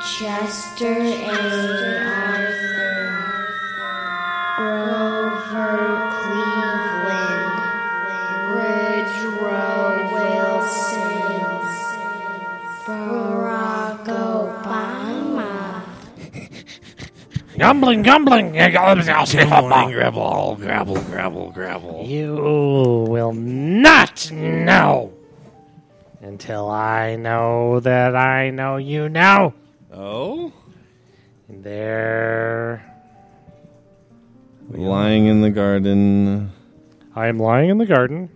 Chester A. Grover Cleveland. Woodrow Wilson. Barack Obama. Gumbling, gumbling. Morning, gravel, gravel, gravel, gravel. You will not know until I know that I know you know. Oh? There. Lying in the garden. I am lying in the garden.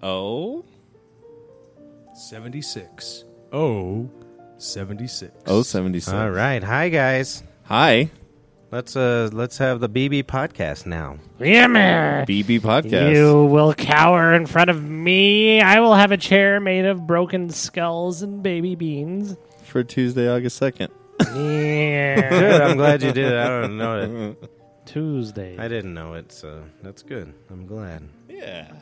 Oh? 76. Oh, 76. Oh, 76. All right, hi guys. Hi, Let's uh let's have the BB podcast now. Yeah, man. BB Podcast. You will cower in front of me. I will have a chair made of broken skulls and baby beans. For Tuesday, August 2nd. Yeah. Good. I'm glad you did it. I don't know it. Tuesday. I didn't know it, so that's good. I'm glad. Yeah.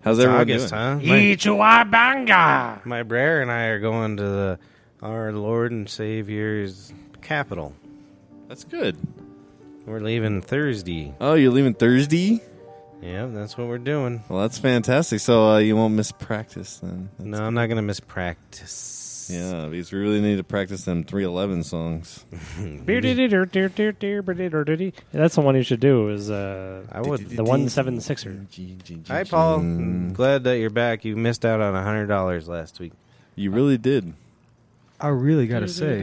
How's It's everyone August, doing? huh? My, Ichiwabanga. my Brer and I are going to the our Lord and Savior's capital. That's good. We're leaving Thursday. Oh, you're leaving Thursday? Yeah, that's what we're doing. Well, that's fantastic. So uh, you won't miss practice then. That's- No, I'm not gonna miss practice. Yeah, because we really need to practice them 311 songs. That's the one you should do. Is uh, I would. the one seven sixer. Hi, Paul. Glad that you're back. You missed out on hundred dollars last week. You really did. I really got to say,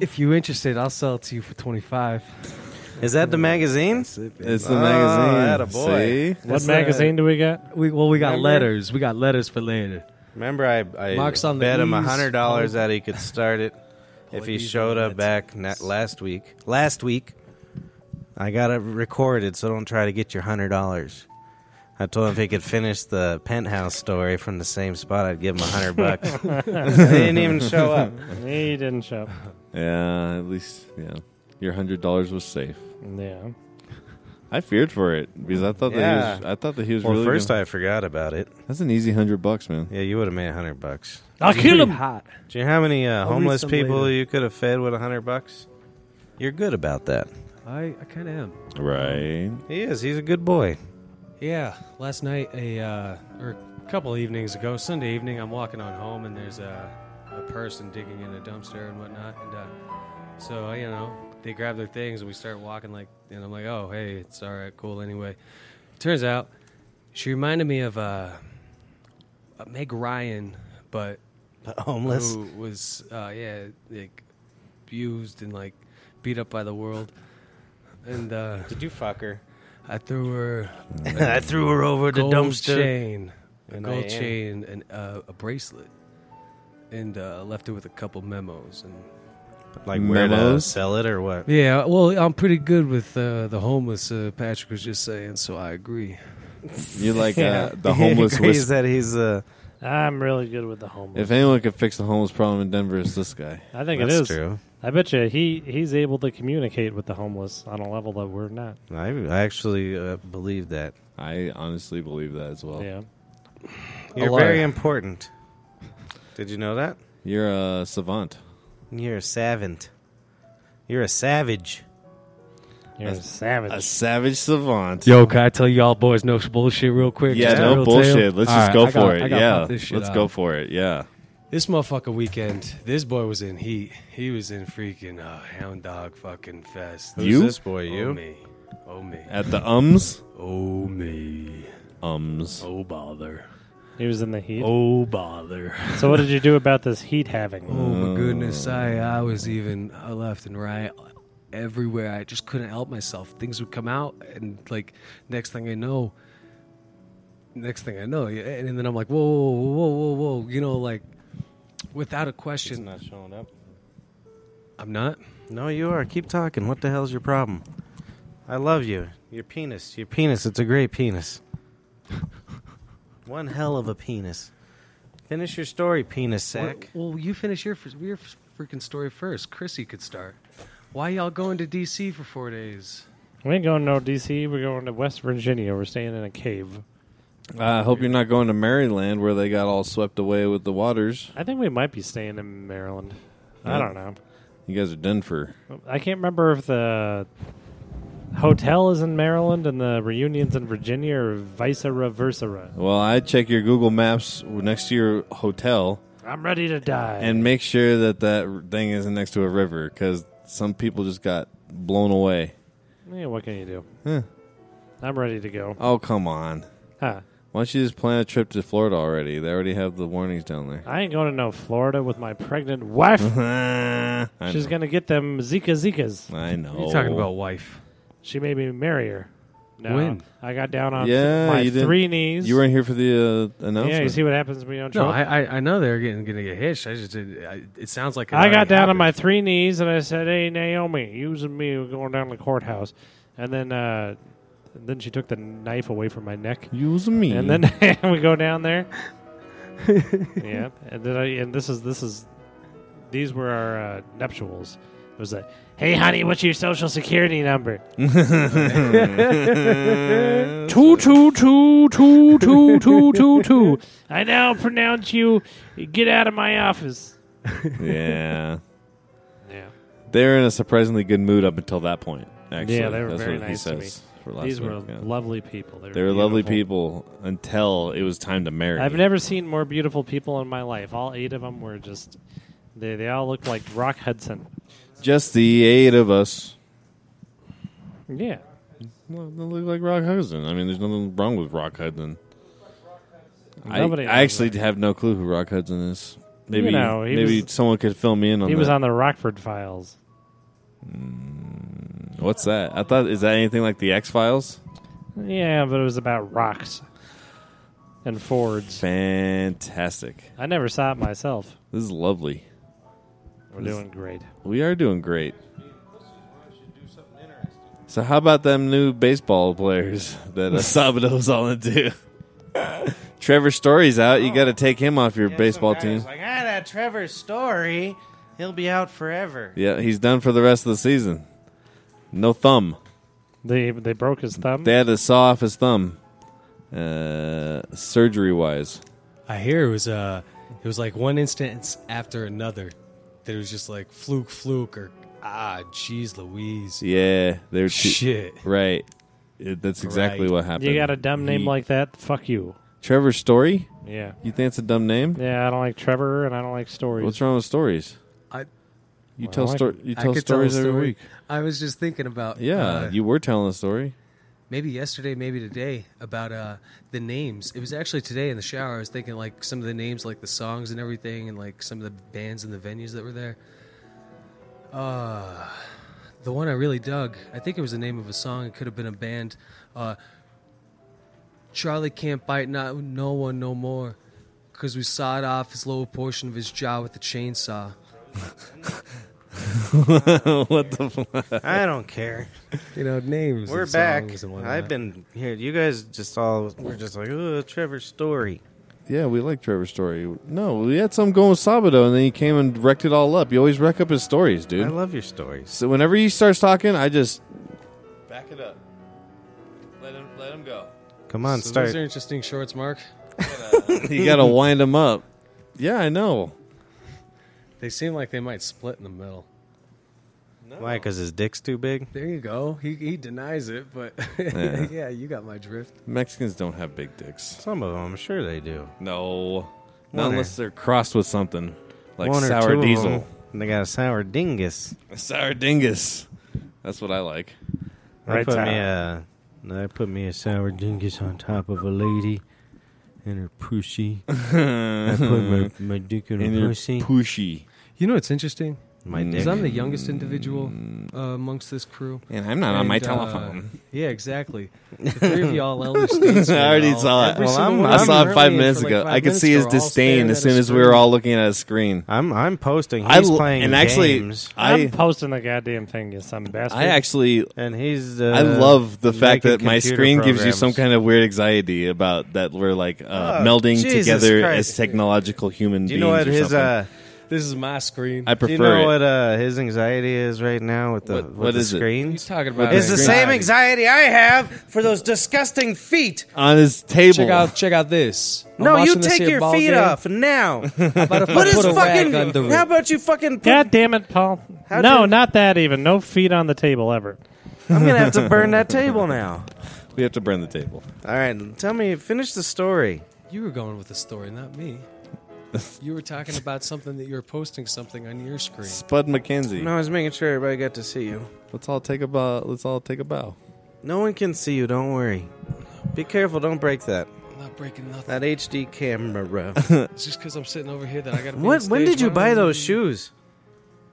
if you're interested, I'll sell it to you for 25. Is that the magazine? It's the Oh, magazine. attaboy. See? What That's, uh, magazine do we got? We, well, we got Remember? letters. We got letters for later. Remember, I, I Marks on the Oh, bet him a E's. hundred dollars that he could start it if he Apologies showed on up that. back na- last week. Last week, I got it recorded, so don't try to get your hundred dollars. I told him if he could finish the penthouse story from the same spot, I'd give him a hundred bucks. he didn't even show up. He didn't show. up. Yeah, at least, yeah. Your $100 was safe. Yeah. I feared for it because I thought that he was, Yeah. I thought that he was Well, really first gonna- I forgot about it. That's an easy 100 bucks, man. Yeah, you would have made a hundred bucks. I'll kill Pretty him. hot. Do you know how many uh, read homeless some people later. you could have fed with a hundred bucks? You're good about that. I, I kind of am. Right. He is. He's a good boy. Yeah, last night, a uh, or a couple evenings ago, Sunday evening, I'm walking on home and there's a, a person digging in a dumpster and whatnot. And uh, so, you know, they grab their things and we start walking, like, and I'm like, oh, hey, it's all right, cool anyway. Turns out she reminded me of uh, uh, Meg Ryan, but But homeless. who was, uh, yeah, like abused and like beat up by the world. And uh, Did you fuck her? I threw her I threw her over the gold dumpster. chain, a And I gold am. chain, and uh, a bracelet, and uh, left her with a couple memos. And Like where to Memos? sell it or what? yeah, well, I'm pretty good with uh, the homeless. Uh, Patrick was just saying, so I agree. You're like uh, the homeless whisperer. that he's uh, I'm really good with the homeless. If anyone could fix the homeless problem in Denver, it's this guy. I think that's it is. true. I bet you he he's able to communicate with the homeless on a level that we're not. I, I actually uh, believe that I honestly believe that as well. Yeah. you're lot. very important. Did you know that You're a savant. you're a savant? You're a savage. You're a savage. A savage savant. Yo, can I tell y'all boys no bullshit real quick? Yeah, Just a no real bullshit. tale? Let's All just right, go I for gotta- I it. gotta Yeah. pop this shit Let's out. go for it. Yeah. This motherfucker weekend, this boy was in heat. He was in freaking uh, hound dog fucking fest. You? Who's this boy? Oh You? me, oh me, At the ums. oh me, Ums. oh bother, he was in the heat. oh bother. So what did you do about this heat having? Oh my goodness! I I was even uh, left and right, everywhere. I just couldn't help myself. Things would come out, and like next thing I know, next thing I know, yeah, and, and then I'm like, whoa, whoa, whoa, whoa, whoa, you know, like without a He's question, not showing up. I'm not. No, you are. Keep talking. What the hell's your problem? I love you. Your penis. Your penis. It's a great penis. One hell of a penis. Finish your story, penis sack. Well, well, you finish your fir- your freaking story first. Chrissy could start. Why y'all going to D.C. for four days? We ain't going no DC. We're going to West Virginia. We're staying in a cave. Uh, I hope you're not going to Maryland where they got all swept away with the waters. I think we might be staying in Maryland. I Yeah. don't know. You guys are done for. I can't remember if the hotel is in Maryland and the reunion's in Virginia or vice versa. Well, I check your Google Maps next to your hotel I'm ready to die. and make sure that that thing isn't next to a river because some people just got blown away. yeah, what can you do? Huh. I'm ready to go. Oh, come on. Huh. Why don't you just plan a trip to Florida already? They already have the warnings down there. I ain't going to no Florida with my pregnant wife. Uh-huh. I She's know. gonna get them Zika Zikas. I know. You're talking about wife. She made me marry her. No, When? I got down on Yeah, my you didn't- three knees. You weren't here for the uh, announcement. yeah, you see what happens when you don't show No, up? I, I I know they're getting gonna get hitched. I just did. I, it sounds like it I got already down on happened. my three knees and I said, "Hey Naomi, using me we're going down to the courthouse," and then uh, then she took the knife away from my neck, Use me. and then we go down there. yeah, and then I and this is this is these were our uh, nuptials. It was like, "Hey honey, what's your social security number?" Two two two two two two two two. I now pronounce you get out of my office. yeah. Yeah. They were in a surprisingly good mood up until that point. Actually, Yeah, they were That's very what nice he to says For last These week, were yeah. lovely people. They were, They were lovely beautiful. people until it was time to marry. I've never seen more beautiful people in my life. All eight of them were just they they all looked like Rock Hudson. just the eight of us. Yeah. Well, they look like Rock Hudson. I mean, there's nothing wrong with Rock Hudson. I, Nobody I knows actually have no clue who Rock Hudson is. Maybe know, he maybe was- someone could fill me in on He was that. on the Rockford Files. What's that? I thought is that anything like the X Files? Yeah, but it was about rocks and Fords. Fantastic. I never saw it myself. This is lovely. We're doing great. We are doing great. So how about them new baseball players that uh, Sabado's all into? Trevor Story's out. You got to take him off your baseball team. Like ah, that Trevor Story, he'll be out forever. yeah, he's done for the rest of the season. No thumb. They they broke his thumb. They had to saw off his thumb, uh, surgery wise. I hear it was uh, it was like one instance after another. That it was just like fluke, fluke, or ah, jeez, Louise, Yeah, they're too, shit. right. It- that's exactly Right. what happened. you got a dumb name He- like that? Fuck you. Trevor Story. Yeah. You think it's a dumb name? Yeah, I don't like Trevor and I don't like stories. What's wrong with stories? I- you Well, tell I- sto- you I tell could tell a stories every story. week. I was just thinking about Yeah, uh, you were telling a story. maybe yesterday, maybe today, about uh, the names. It was actually today in the shower. I was thinking like some of the names, like the songs and everything, and like some of the bands and the venues that were there. Uh, the one I really dug, I think it was the name of a song. It could have been a band. Uh, Charlie can't bite not no one no more, cause we sawed off his lower portion of his jaw with a chainsaw. what the? F- I don't care. You know names. We're back. I've been here. You guys just all we're just like, oh, Trevor Story. yeah, we like Trevor's story. No, we had some going with Sabado, and then he came and wrecked it all up. You always wreck up his stories, I dude. love your stories. so whenever he starts talking, I just back it up. Let him let him go. Come on, So start. Those are interesting shorts, Mark. you got to wind him up. Yeah, I know. They seem like they might split in the middle. Why? Because his dick's too big. There you go. He he denies it, but Yeah. yeah. you got my drift. Mexicans don't have big dicks. Some of them, I'm sure they do. No, One not or- unless they're crossed with something like One or two sour of diesel. them, and they got a sour dingus. Sour dingus. That's what I like. They Right put me side. a, they put me a sour dingus on top of a lady and her pussy. I put my, my dick in And her you're pussy. pushy. You know what's interesting? my Mm. dick. Is I'm the youngest individual uh, amongst this crew. And I'm not on And, my uh, telephone. Yeah, exactly. The three of y'all elder statesmen. uh, I already all- saw it. every Well, single I'm- one I of you saw it early five and minutes for like ago. five I could minutes see ago his are all staring disdain as at a soon as we screen. were all looking at a screen. I'm I'm posting. I He's l- playing and actually, games, I'm I posting the goddamn thing, you some bastard. I actually and he's. Uh, I love the fact making that my computer screen gives you some programs. kind of weird anxiety about that we're like uh, Oh, melding Jesus together Christ. as technological human Do beings. you know what or his something. uh, This is my screen. I Do prefer you know it. what uh, his anxiety is right now with the What- with what the is it? He's screens? talking about It's the same anxiety I have for those disgusting feet. on his table. Check out, check out this. I'm no, you watching this take here your ball feet game. off now. How about if I What is put a rag fucking? under it? How about you fucking? Put, God damn it, Paul. How'd no, you- not that even. No feet on the table ever. I'm gonna have to burn that table now. We have to burn the table. All right, tell me, finish the story. You were going with the story, not me. You were talking about something that you were posting something on your screen. Spud McKenzie. No, I was making sure everybody got to see you. Let's all take a bow. Let's all take a bow. No one can see you. Don't worry. Be careful. Don't break that. I'm not breaking nothing. That HD camera. It's just because I'm sitting over here that I got to. what? When did you buy those shoes?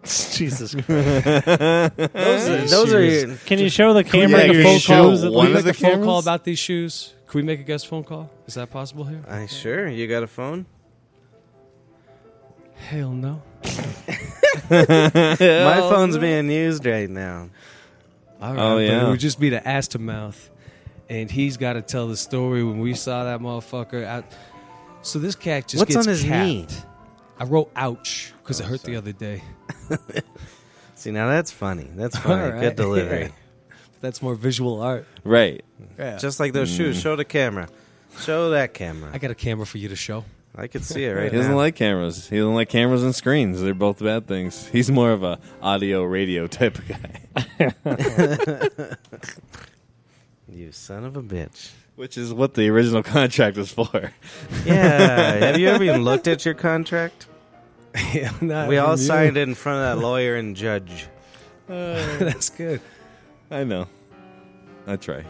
Jesus Christ. Those, are- those are your. Can you show the we camera make a your phone call shoes? at one least? of the phone call cameras? about these shoes? Can we make a guest phone call? Is that possible here? I sure. You got a phone? Hell no. My phone's being used right now. All right, Oh, but yeah. it would just be the ass to mouth, and he's got to tell the story when we saw that motherfucker out. So this cat just What's gets on his capped. knee? I wrote ouch because Oh, it hurt the other day. See, now that's funny. That's funny. All right. Good delivery. That's more visual art. Right. Just like those shoes. Show the camera. Show that I camera. got a camera for you to show. I could see it right He doesn't now. like cameras. He doesn't like cameras and screens. They're both bad things. He's more of a audio radio type of guy, you son of a bitch. which is what the original contract was for. Yeah. Have you ever even looked at your contract? yeah, not We all from you. signed it in front of that lawyer and judge. That's good. I know. I try.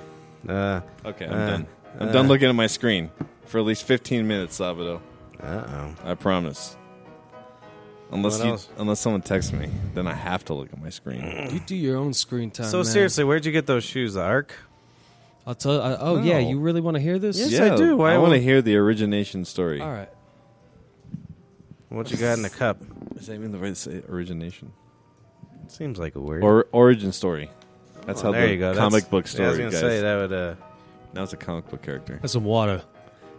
Uh Okay, I'm Uh, done. I'm uh. done looking at my screen for at least 15 minutes, Sabado. oh. I promise. Unless What you, else? unless someone texts me, then I have to look at my screen. You do your own screen time. So man. seriously, where'd you get those shoes, Ark? I'll tell. I, oh yeah, No. you really want to hear this? Yes, I do. Why I want to won't- hear the origination story. All right. What you got in the cup? Is that even the right say origination Seems like a word. or origin story? That's Oh, how there the you go. That's- comic book story. I was gonna guys. say that would. Uh, Now it's a comic book character. That's some water.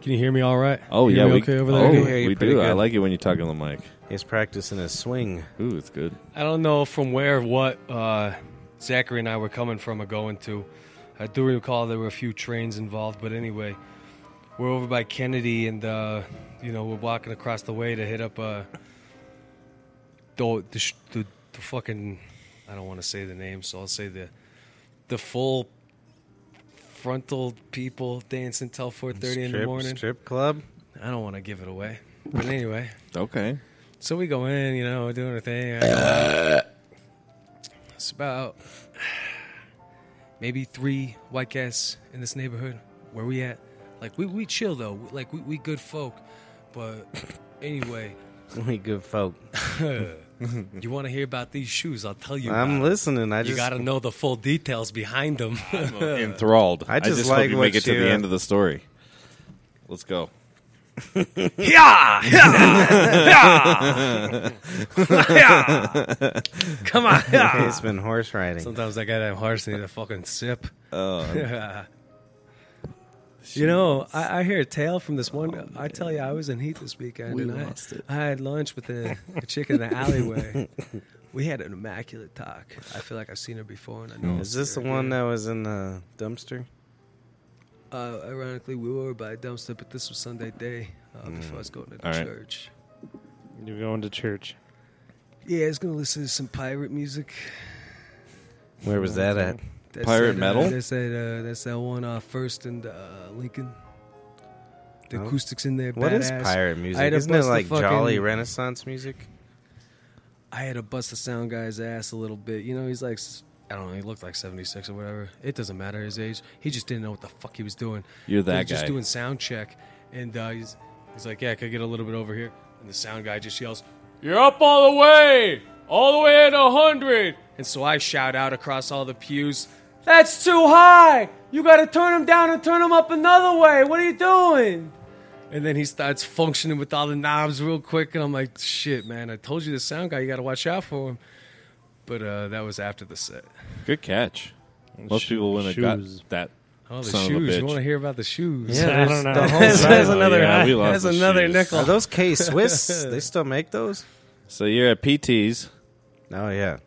Can you hear me all right? Oh You yeah, hear me we okay over Oh, there. I can hear you we do. pretty I good. like it when you talk on the mic. he's practicing his swing. Ooh, it's good. I don't know from where what uh, Zachary and I were coming from or going to. I do recall there were a few trains involved, but anyway, we're over by Kennedy, and uh, you know we're walking across the way to hit up uh, the, the sh- the the fucking I don't want to say the name, so I'll say the the full frontal people dancing till four thirty in the Strip- morning. Strip club. I don't want to give it away, but anyway. Okay. So we go in, you know, doing our thing. it's about maybe three white cats in this neighborhood where we at. Like we, we chill though. Like we, we good folk. But anyway, We good folk. you want to hear about these shoes? I'll tell you. I'm about it. listening. I You just got to know the full details behind them. Enthralled. I just hope like you what make it to you- the end of the story. Let's go. yeah, Come on. Okay, it's been horse riding. Sometimes I gotta have hearts need a fucking sip. Oh, Uh, You know, I, I hear a tale from this one. Oh, I tell you, I was in heat this weekend, and I, I had lunch with a, a chick in the alleyway. we had an immaculate talk. I feel like I've seen her before, and I know. Oh. Is this the one that was in the dumpster? Uh, ironically, we were by a dumpster, but this was Sunday day uh, before I Mm. was going to the All right. church. You're going to church. Yeah, I was gonna listen to some pirate music. Where was that at? That's Pirate that, metal? Uh, that's that. Uh, that's that one. Uh, First and uh, Lincoln. The Oh. acoustics in there. What is badass. pirate I music? had to Isn't it bust the like jolly fucking- Renaissance music? I had to bust the sound guy's ass a little bit. You know, he's like, s- I don't know, he looked like 76 or whatever. It doesn't matter his age. He just didn't know what the fuck he was doing. You're that he was just guy. doing sound check. And uh, he's, he's like, yeah, can I get a little bit over here? And the sound guy just yells, you're up all the way, all the way at 100. And so I shout out across all the pews, that's too high. You got to turn him down and turn him up another way. What are you doing? And then he starts functioning with all the knobs real quick, and I'm like, "Shit, man! I told you the sound guy, you got to watch out for him." But uh, that was after the set. good catch. Most people wouldn't shoes. have got that. Oh, the Son of a shoes! You bitch. want to hear about the shoes? Yeah, I don't know. the whole- Oh, yeah, we lost that's the another shoes. nickel. Are those K Swiss? they still make those? So you're at PT's. Oh yeah.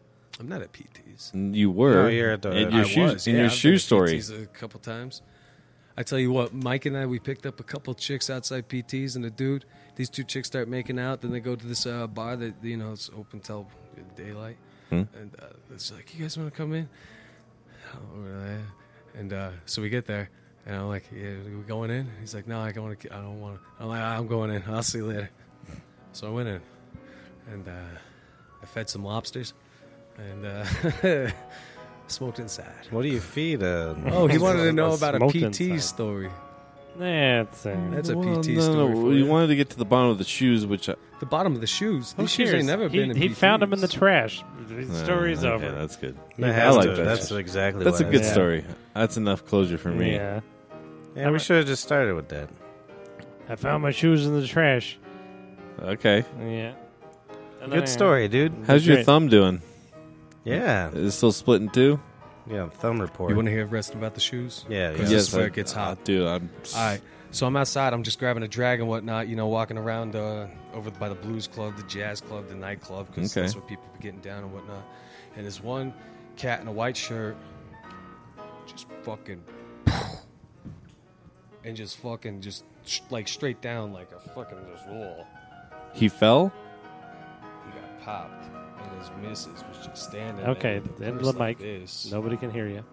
I'm not at PT's. and You were. No, you're at the- your I shoe was, in yeah, your I've been shoe to story. PT's a couple times. I tell you what, Mike and I we picked up a couple chicks outside PT's and a dude. These two chicks start making out, then they go to this uh, bar that you know it's open till daylight, Hmm? and uh, it's like, you guys want to come in? Oh, really? And uh, so we get there, and I'm like, yeah, we going in? He's like, no, I don't want to. I don't want to. I'm like, I'm going in. I'll see you later. So I went in, and uh, I fed some lobsters, and uh, smoked inside. What do you feed uh, a? Oh, he wanted to know about a Smoked PT inside. story. That's uh, That's a Well, PT no, story. No, for we you. wanted to get to the bottom of the shoes, which I, the bottom of the shoes. who These shoes cares? ain't never he, been in he found him in the PTs. trash. The story's okay, over. That's good. That I has like to- that. That's exactly. That's a what good I- story. That's enough closure for me. Yeah. Yeah, we should have just started with that. I found my shoes in the trash. Okay. Yeah. And then I- Good story, dude. How's your Great. thumb doing? Yeah. Is it still split in two? Yeah. Thumb report. You want to hear the rest about the shoes? Yeah, yeah. This is where it gets ah, hot. dude. I'm. All right. So I'm outside. I'm just grabbing a drag and whatnot. You know, walking around uh, over by the blues club, the jazz club, the nightclub, because Okay. that's what people be getting down and whatnot. And there's one cat in a white shirt, just fucking, and just fucking, just sh- like straight down like a fucking just wall. He fell. He got popped, and his missus was just standing. Okay, there with end of purse the mic. this. Nobody can hear you.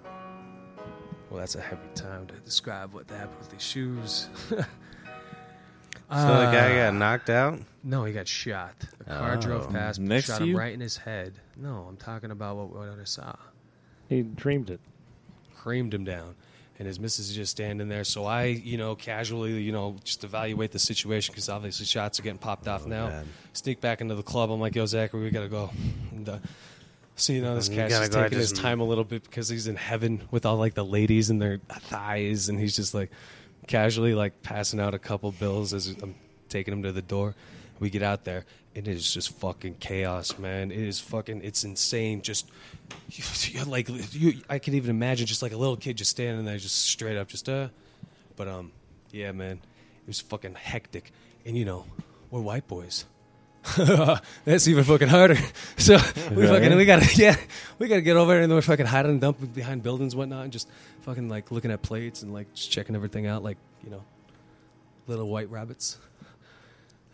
Well, that's a heavy time to describe what happened with his shoes. so So the guy Ah. got knocked out. no, he got shot. A car drove past, Next shot to him you? right in his head. No, I'm talking about what, what I saw. He dreamed it. creamed him down. And his missus is just standing there. So I, you know, casually, you know, just evaluate the situation because obviously shots are getting popped off now. man. Sneak back into the club. I'm like, yo, Zachary, we got to go. And, uh, so, you know, this You cat's gotta just go, I taking his just- time a little bit because he's in heaven with all, like, the ladies and their thighs. And he's just, like, casually, like, passing out a couple bills as I'm taking him to the door. We get out there. and It is just fucking chaos, man. It is fucking, it's insane. Just you- like you, I could even imagine just like a little kid just standing there, just straight up, just uh. But um, yeah, man, it was fucking hectic, and you know, we're white boys. That's even fucking harder. So we fucking we gotta yeah we gotta get over there and then we're fucking hiding and dumping behind buildings and whatnot and just fucking like looking at plates and like just checking everything out like you know little white rabbits.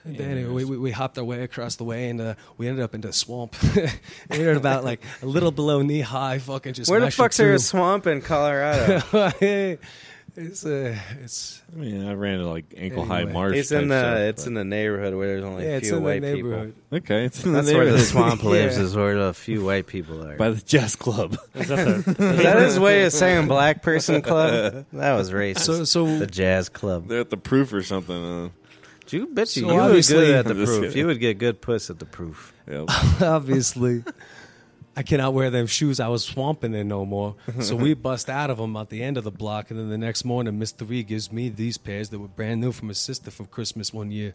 And then anyway, we, we, we hopped our way across the way, and uh, we ended up into a swamp. we were about like a little below knee high, fucking just. Where the mashing fuck's there through. a swamp in Colorado? it's uh, it's I mean, I ran to like ankle high Anyway. uh, marsh. it's type in the stuff, it's in the neighborhood where there's only yeah, a it's few in the white neighborhood. people. but- okay. It's in That's the where the neighborhood. swamp lives. Yeah. Is where the few white people are. by the jazz club. Is that the, Is that his way of saying black person club? That was racist. So so the jazz club. They're at the proof or something. uh, You bet you, So you would obviously- good at the I'm just proof. kidding. You would get good puss at the proof. Uh, obviously. I cannot wear them shoes. I was swamping in no more. So we bust out of them at the end of the block. And then the next morning, Mr. Ree gives me these pairs that were brand new from his sister from Christmas one year.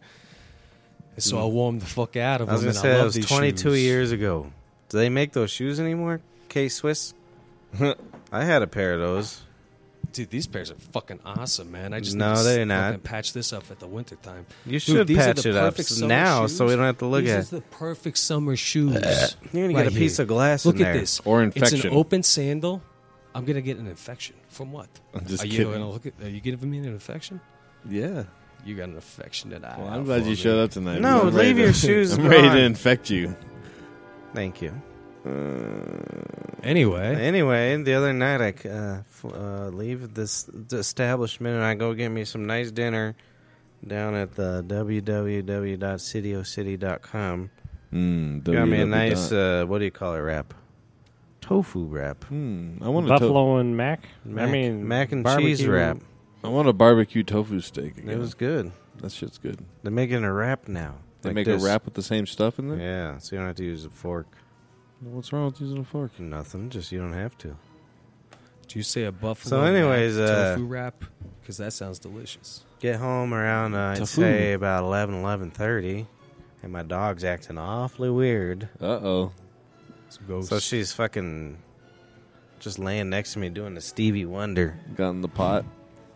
And so I wore them the fuck out of Mm. I was them. gonna and say I that love was these 22 shoes. years ago. Do they make those shoes anymore? K Swiss. I had a pair of those. Dude, these pairs are fucking awesome, man. I just No, need to they're s- not. fucking patch this up at the wintertime. You Dude, should these are patch the it up perfect s- summer now so shoes. we don't have to look these at is the perfect summer shoes. You're gonna Right get a piece here. of glass Look in at there. this. Or It's infection. an open sandal. I'm gonna get an infection from what? I'm just are you kidding. Gonna look at, are you giving me an infection? yeah. You got an infection that I. Well, have I'm glad for you me. showed up tonight. No, I'm ready leave your to- shoes I'm ready gone. to infect you. Thank you. Anyway, Anyway, the other night I c- uh, f- uh, leave this the establishment and I go get me some nice dinner down at the www.cityocity.com. Mm, Got me a WW nice dot. uh, what do you call it wrap? Tofu wrap. Hmm, I want a to- buffalo and mac? Mac- I mean, mac and barbecue. cheese wrap. I want a barbecue tofu steak. It Again. was good. that shit's good. They're making a wrap now. They Like make this. a wrap with the same stuff in there. Yeah, so you don't have to use a fork. What's wrong with using a fork? Nothing, just you don't have to. do you say a buffalo? So anyways, wrap, uh, tofu wrap because that sounds delicious. Get home around uh, I'd Tofu. say about 11, 11.30 and my dog's acting awfully weird. Uh oh. It's a ghost. So she's fucking just laying next to me doing the Stevie Wonder. Got in the pot.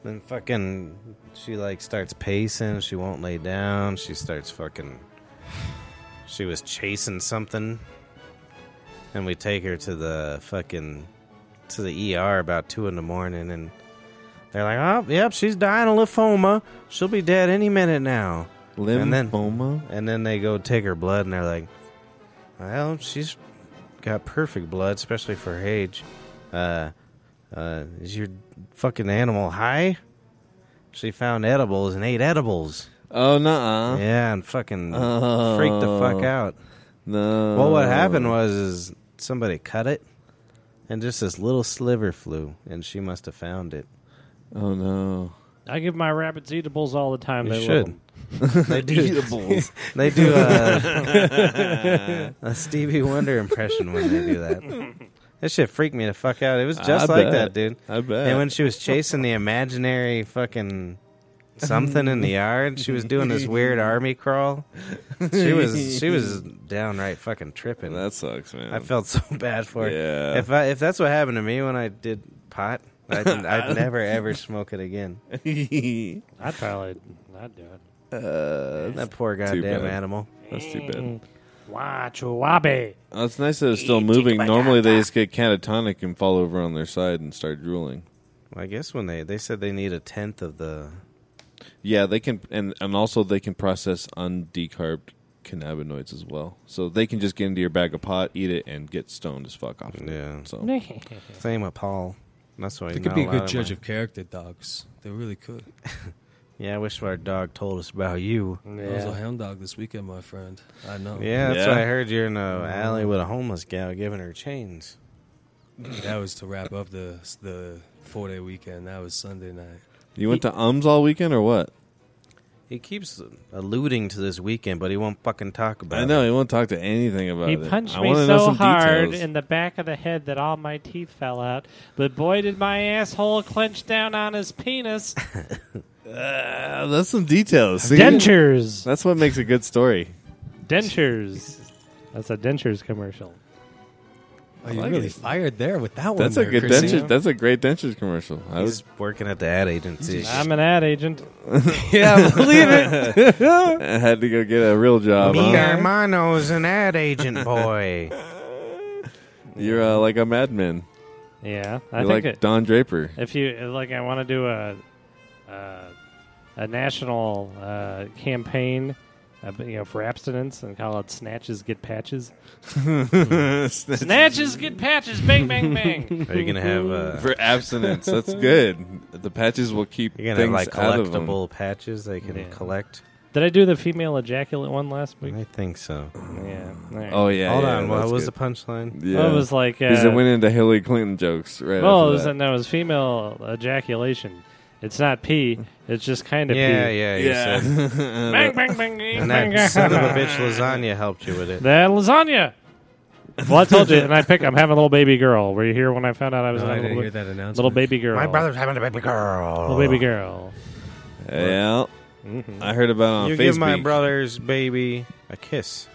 Then fucking she like starts pacing, she won't lay down, she starts fucking She was chasing something, and we take her to the fucking to the ER about two in the morning, and they're like, "Oh, yep, she's dying of lymphoma. She'll be dead any minute now." And then- Lymphoma. And then they go take her blood, and they're like, "Well, she's got perfect blood, especially for her age. Uh, uh, is your fucking animal high?" She found edibles and ate edibles. Oh, nuh Yeah, and fucking Oh. freaked the fuck out. No. Well, what happened was is somebody cut it, and just this little sliver flew, and she must have found it. Oh, no. I give my rabbits eatables all the time. You they should. Love 'em. they do. They do a, a Stevie Wonder impression when they do that. That shit freaked me the fuck out. It was just I like bet. that, dude. I bet. And when she was chasing the imaginary fucking something in the yard, she was doing this weird army crawl. She was she was downright fucking tripping. that sucks, man. I felt so bad for her. Yeah. If I, if that's what happened to me when I did pot, I'd, I'd never ever smoke it again. I'd probably I'd do it. That poor goddamn bad. animal. That's too bad. Watch wabe. Oh, it's nice that it's still moving. Normally, they just get catatonic and fall over on their side and start drooling. Well, I guess when they they said they need a tenth of the Yeah, they can, and and also they can process undecarbed cannabinoids as well. So they can just get into your bag of pot, eat it, and get stoned as fuck off. of it. Yeah. So same with Paul. That's why They could be a good judge of character dogs. They really could. Yeah, I wish our dog told us about you. I was a Yeah. hound dog this weekend, my friend. I know. Yeah, that's Yeah. what I heard. You're in a alley with a homeless gal giving her chains. That was to wrap up the the four day weekend. That was Sunday night. you went to ums all weekend or what? He keeps alluding to this weekend, but he won't fucking talk about I know you won't talk to anything about He it. punched I me wanna know so some hard details. in the back of the head that all my teeth fell out. But boy, did my asshole clench down on his penis. Uh, that's some details. See? dentures, That's what makes a good story. dentures. That's a dentures commercial. Oh, you like really it. fired there with that one. That's a there, good Chrissy. dentures. That's a great dentures commercial. I it. was He's working at the ad agency. I'm an ad agent. yeah, believe it. I had to go get a real job. Me Huh? Hermano's an ad agent boy. You're uh, like a madman. Yeah, I think You're like it, Don Draper. if you like, I want to do a uh, a national uh, campaign, uh, you know, for abstinence, and call it "Snatches Get Patches." Snatches get patches. Bang, bang, bang. Are you gonna have uh, For abstinence, that's good. The patches will keep you're gonna have things like out of them. collectible patches they can Yeah. collect? Did I do the female ejaculate one last week? I think so. Yeah. All right. Oh yeah. Hold yeah, on, what that's was good. the punchline? Yeah. Well, it was like uh, Because it went into Hillary Clinton jokes right well, it after was, that. no, it was female ejaculation. It's not pee. It's just kind of Yeah, pee. yeah, you yeah. said. Bang, bang, bang, bang, And bang. that son of a bitch lasagna helped you with it. That lasagna. Well, I told you, and I pick. I'm having a little baby girl. Were you here when I found out I was No, I having a didn't little, hear that announcement. little baby girl? My brother's having a baby girl. Little baby girl. yeah. I heard about it on Mm-hmm. You Facebook. give my brother's baby a kiss.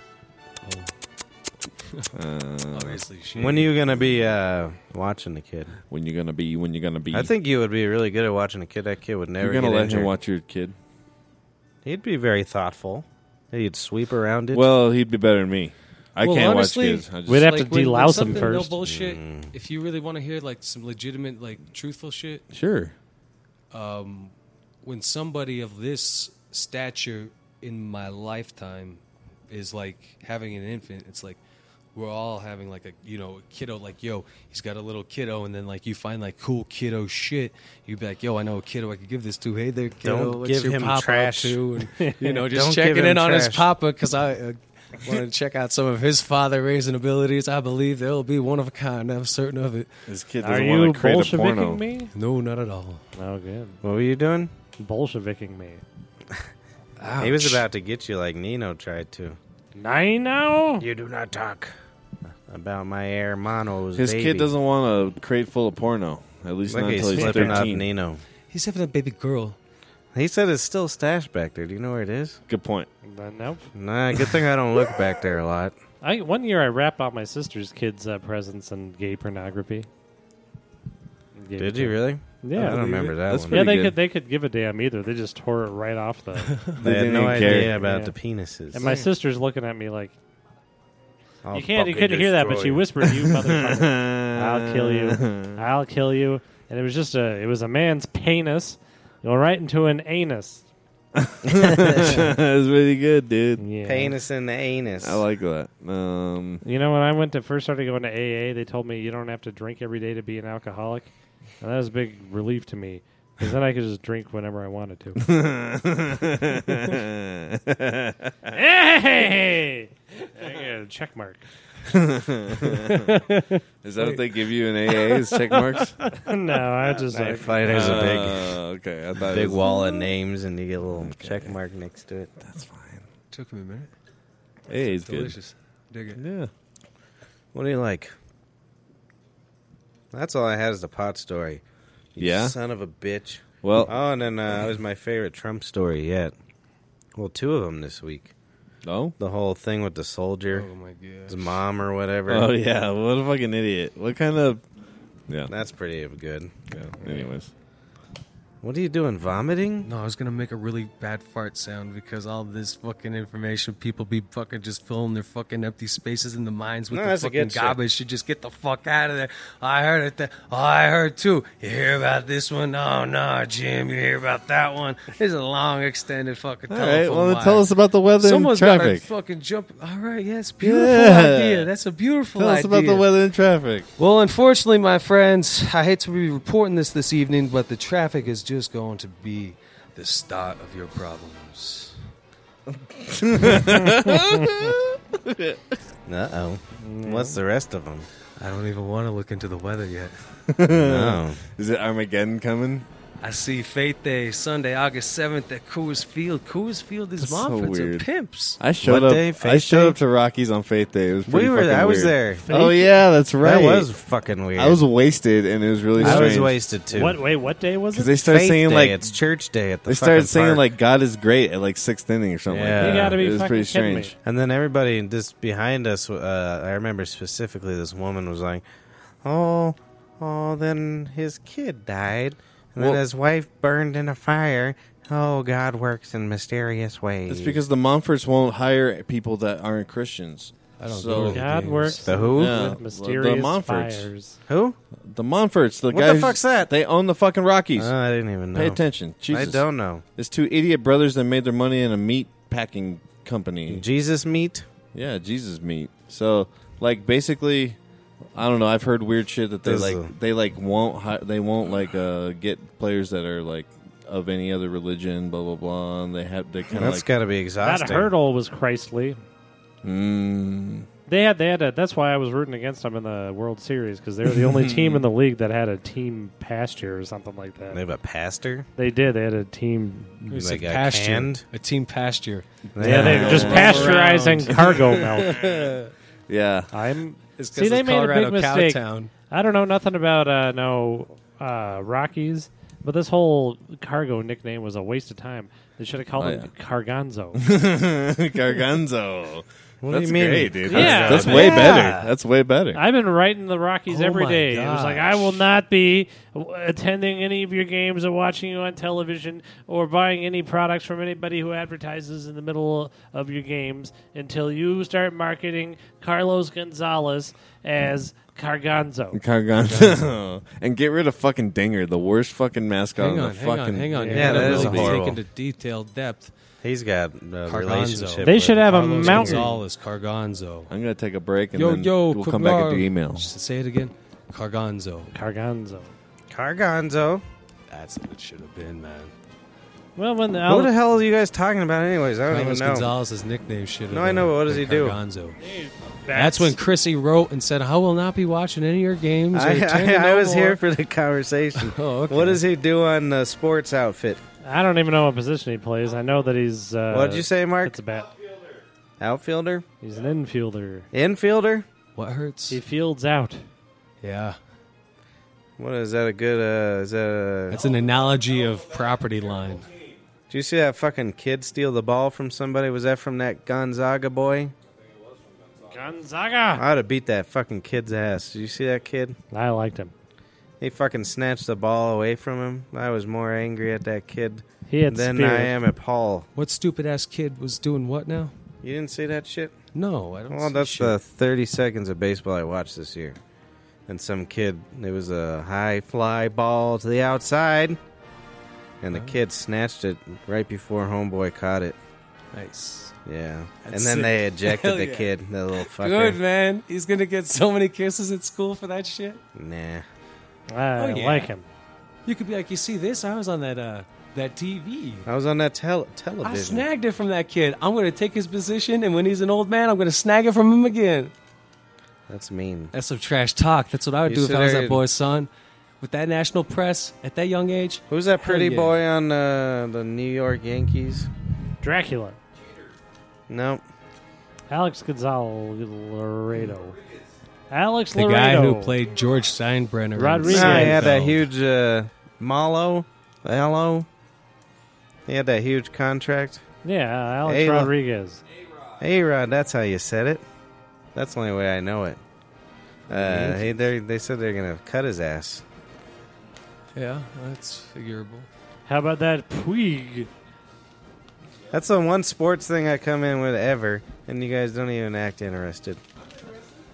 Uh, Obviously, she. When are you gonna be uh, watching the kid? when you're gonna be? When you're gonna be? I think you would be really good at watching a kid. That kid would never you're gonna get let injured. him watch your kid. He'd be very thoughtful. He'd sweep around it. Well, he'd be better than me. I Well, can't honestly, watch kids. I just, Mm. We'd have to Like, when- when delouse them something, first. No bullshit. If you really want to hear like some legitimate, like truthful shit, sure. when somebody of this stature in my lifetime is like having an infant, it's like we're all having like a you know a kiddo like yo he's got a little kiddo and then like you find like cool kiddo shit you'd be like yo I know a kiddo I could give this to hey there kiddo Don't what's give your him papa up trash. to and you know just Don't give checking him in on his trash. papa because I uh, want to check out some of his father raising abilities I believe they'll be one of a kind I'm certain of it This kid Are doesn't you want to create a porno. bolsheviking me? no not at all Oh, good. what were you doing? Bolsheviking me. He was Ouch. about to get you like Nino tried to. Nine now. You do not talk about my hermanos. His baby. kid doesn't want a crate full of porno. At least Look, not he's until he's flipping off thirteen. Nino. he's having a baby girl He said it's still stashed back there. Do you know where it is? Good point. Uh, nope. Nah, good thing I don't look back there a lot. I one year I wrapped out my sister's kids' uh, presents in gay pornography. Gave Did it you really? to- Yeah. I don't remember that That's one. yeah, Pretty they good. could they could give a damn either. They just tore it right off the. They had no didn't care. idea about Yeah. the penises. and my sister's looking at me like, I'll you can't. You fucking couldn't hear that, but destroy she you. whispered, "You motherfucker, I'll kill you, I'll kill you." And it was just a. It was a man's penis going right into an anus. That's pretty good, dude. Yeah. Penis in the anus. I like that. Um, You know, when I went to first started going to AA, they told me you don't have to drink every day to be an alcoholic, and that was a big relief to me because then I could just drink whenever I wanted to. hey, I get a check mark. is that what they give you in AA's check marks? no, I just I like, find there's a big, Uh, okay, I thought it big was- wall of names, and you get a little check mark next to it. That's fine. Took me a minute. AA's good. Delicious. Dig it. Yeah. What do you like? That's all I had is the pot story. You Yeah? son of a bitch. Well, Oh, and then uh, that was my favorite Trump story yet. Well, two of them this week. no. The whole thing with the soldier, Oh my god. his mom or whatever. Oh yeah, what a fucking idiot. What kind of? Yeah. That's pretty good. yeah. Anyways, What are you doing? Vomiting? No, I was gonna make a really bad fart sound because all this fucking information, people be fucking just filling their fucking empty spaces in the mines with No, the that's a fucking good shit. garbage. Should just get the fuck out of there. I heard it. Th- oh, I heard too. You hear about this one? Oh no, Jim. You hear about that one? There's a long extended fucking. all telephone right. Well, then line. tell us about the weather Someone's and gotta traffic. fucking jump. All right, yes, beautiful Yeah. idea. That's a beautiful Tell idea. us about the weather and traffic. Well, unfortunately, my friends, I hate to be reporting this this evening, but the traffic is just going to be the start of your problems. Uh oh. What's the rest of them? I don't even want to look into the weather yet. No. Is it Armageddon coming? I see Faith Day Sunday, August 7th at Coors Field. Coors Field is That's so Montfort's and weird. pimps. I showed What up. day? I Faith showed day? up to Rockies on Faith Day. It was pretty We were. fucking I was weird. there. Oh yeah, that's right. That was fucking weird. I was wasted, and it was really I strange. was wasted too. what? Wait, what day was because it? they started Faith singing Day, like it's church day at the. they started fucking singing park. like God is great at like sixth inning or something. Yeah. Like You that. gotta be it was fucking pretty kidding me. strange. And then everybody just behind us, uh, I remember specifically this woman was like, "Oh, oh, then his kid died, and Well- then his wife burned in a fire. Oh, God works in mysterious ways." It's because the Mumfords won't hire people that aren't Christians. I don't so, know. God Games. works Oh, uh, the who, Yeah. with The mysterious Montforts. fires. who? The Mumfords, the What guys, the fuck's that? They own the fucking Rockies. Oh, I didn't even know. Pay attention, Jesus. I don't know. It's two idiot brothers that made their money in a meat packing company. Jesus meat. Yeah, Jesus meat. So like basically, I don't know. I've heard weird shit that they There's like a- they like won't hi- they won't like uh get players that are like of any other religion. Blah blah blah. And they have they kind of That's like got to be That exhausting. hurdle was Christly. mm, They had they had a, that's why I was rooting against them in the World Series because they were the only team in the league that had a team pasture or something like that. They have a pastor. They did. They had a team. It's Like a a pasture. canned? A team pasture. Yeah, they were just Oh. pasteurizing cargo milk. yeah. I'm It's 'cause see. They it's made Colorado a big mistake. Cow town. I don't know nothing about uh, no uh, Rockies, but this whole cargo nickname was a waste of time. They should have called Oh, it Carganzo. Garganzo. What do That's you mean? great, dude. Yeah. That's, that's way Yeah. better. That's way better. I've been writing the Rockies Oh every my day. It was like gosh. I will not be w- attending any of your games or watching you on television or buying any products from anybody who advertises in the middle of your games until you start marketing Carlos Gonzalez as Carganzo. Garganzo. and get rid of fucking Dinger, the worst fucking mascot Hang in the on, hang fucking. on, hang on. Yeah, You're that really is horrible. Taken to detailed depth. He's got a Carganzo. relationship. They with- should have a Carlos mountain. Gonzalez, Carganzo. I'm gonna take a break and Yo, then yo, we'll come back and do Cargar- emails. Just say it again. Carganzo. Carganzo. Carganzo. That's what it should have been, man. Well, when the, Who the hell are you guys talking about, anyways? I don't Carlos even know. Gonzalez's nickname should have No, been I know, but what does he do? Carganzo. That's when Chrissy wrote and said, I will not be watching any of your games. or I, attending I, I no was more." here for the conversation. Oh, okay. What does he do on the sports outfit? I don't even know what position he plays. I know that he's. Uh, What did you say, Mark? It's a bat. Outfielder? He's an infielder. Infielder? What hurts? He fields out. Yeah. What is that? A good? Uh, is that? A, That's an analogy of property line. Did you see that fucking kid steal the ball from somebody? Was that from that Gonzaga boy? Gonzaga. I ought to beat that fucking kid's ass. Did you see that kid? I liked him. He fucking snatched the ball away from him. I was more angry at that kid He had than spirit. I am at Paul. What stupid ass kid was doing what now? You didn't see that shit? No, I don't. Well, see that's shit. the 30 seconds of baseball I watched this year. And some kid, it was a high fly ball to the outside. And the Oh. kid snatched it right before homeboy caught it. nice. Yeah. and That's then sick. they ejected Hell the yeah. kid, the little Good fucker. man. He's gonna get so many kisses at school for that shit. Nah. I Oh, yeah. like him. You could be like, you see this? I was on that uh that TV. I was on that tel- I television. snagged it from that kid. I'm gonna take his position, and when he's an old man, I'm gonna snag it from him again. That's mean. That's some trash talk. That's what I would You do if sit I was there that and- boy's son. With that national press at that young age, Who's that pretty yeah. boy on uh, the New York Yankees? Dracula. No. Alex Gonzalez Laredo. Alex the Laredo. guy who played George Steinbrenner, in Rodriguez. No, he had that Seinfeld. huge uh, Malo. Alo. He had that huge contract. Yeah, Alex Hey, look. Rodriguez. Hey, Rod, that's how you said it. That's the only way I know it. Uh, hey, they they said they're gonna cut his ass. Yeah, that's figurable. How about that Puig? That's the one sports thing I come in with ever, and you guys don't even act interested.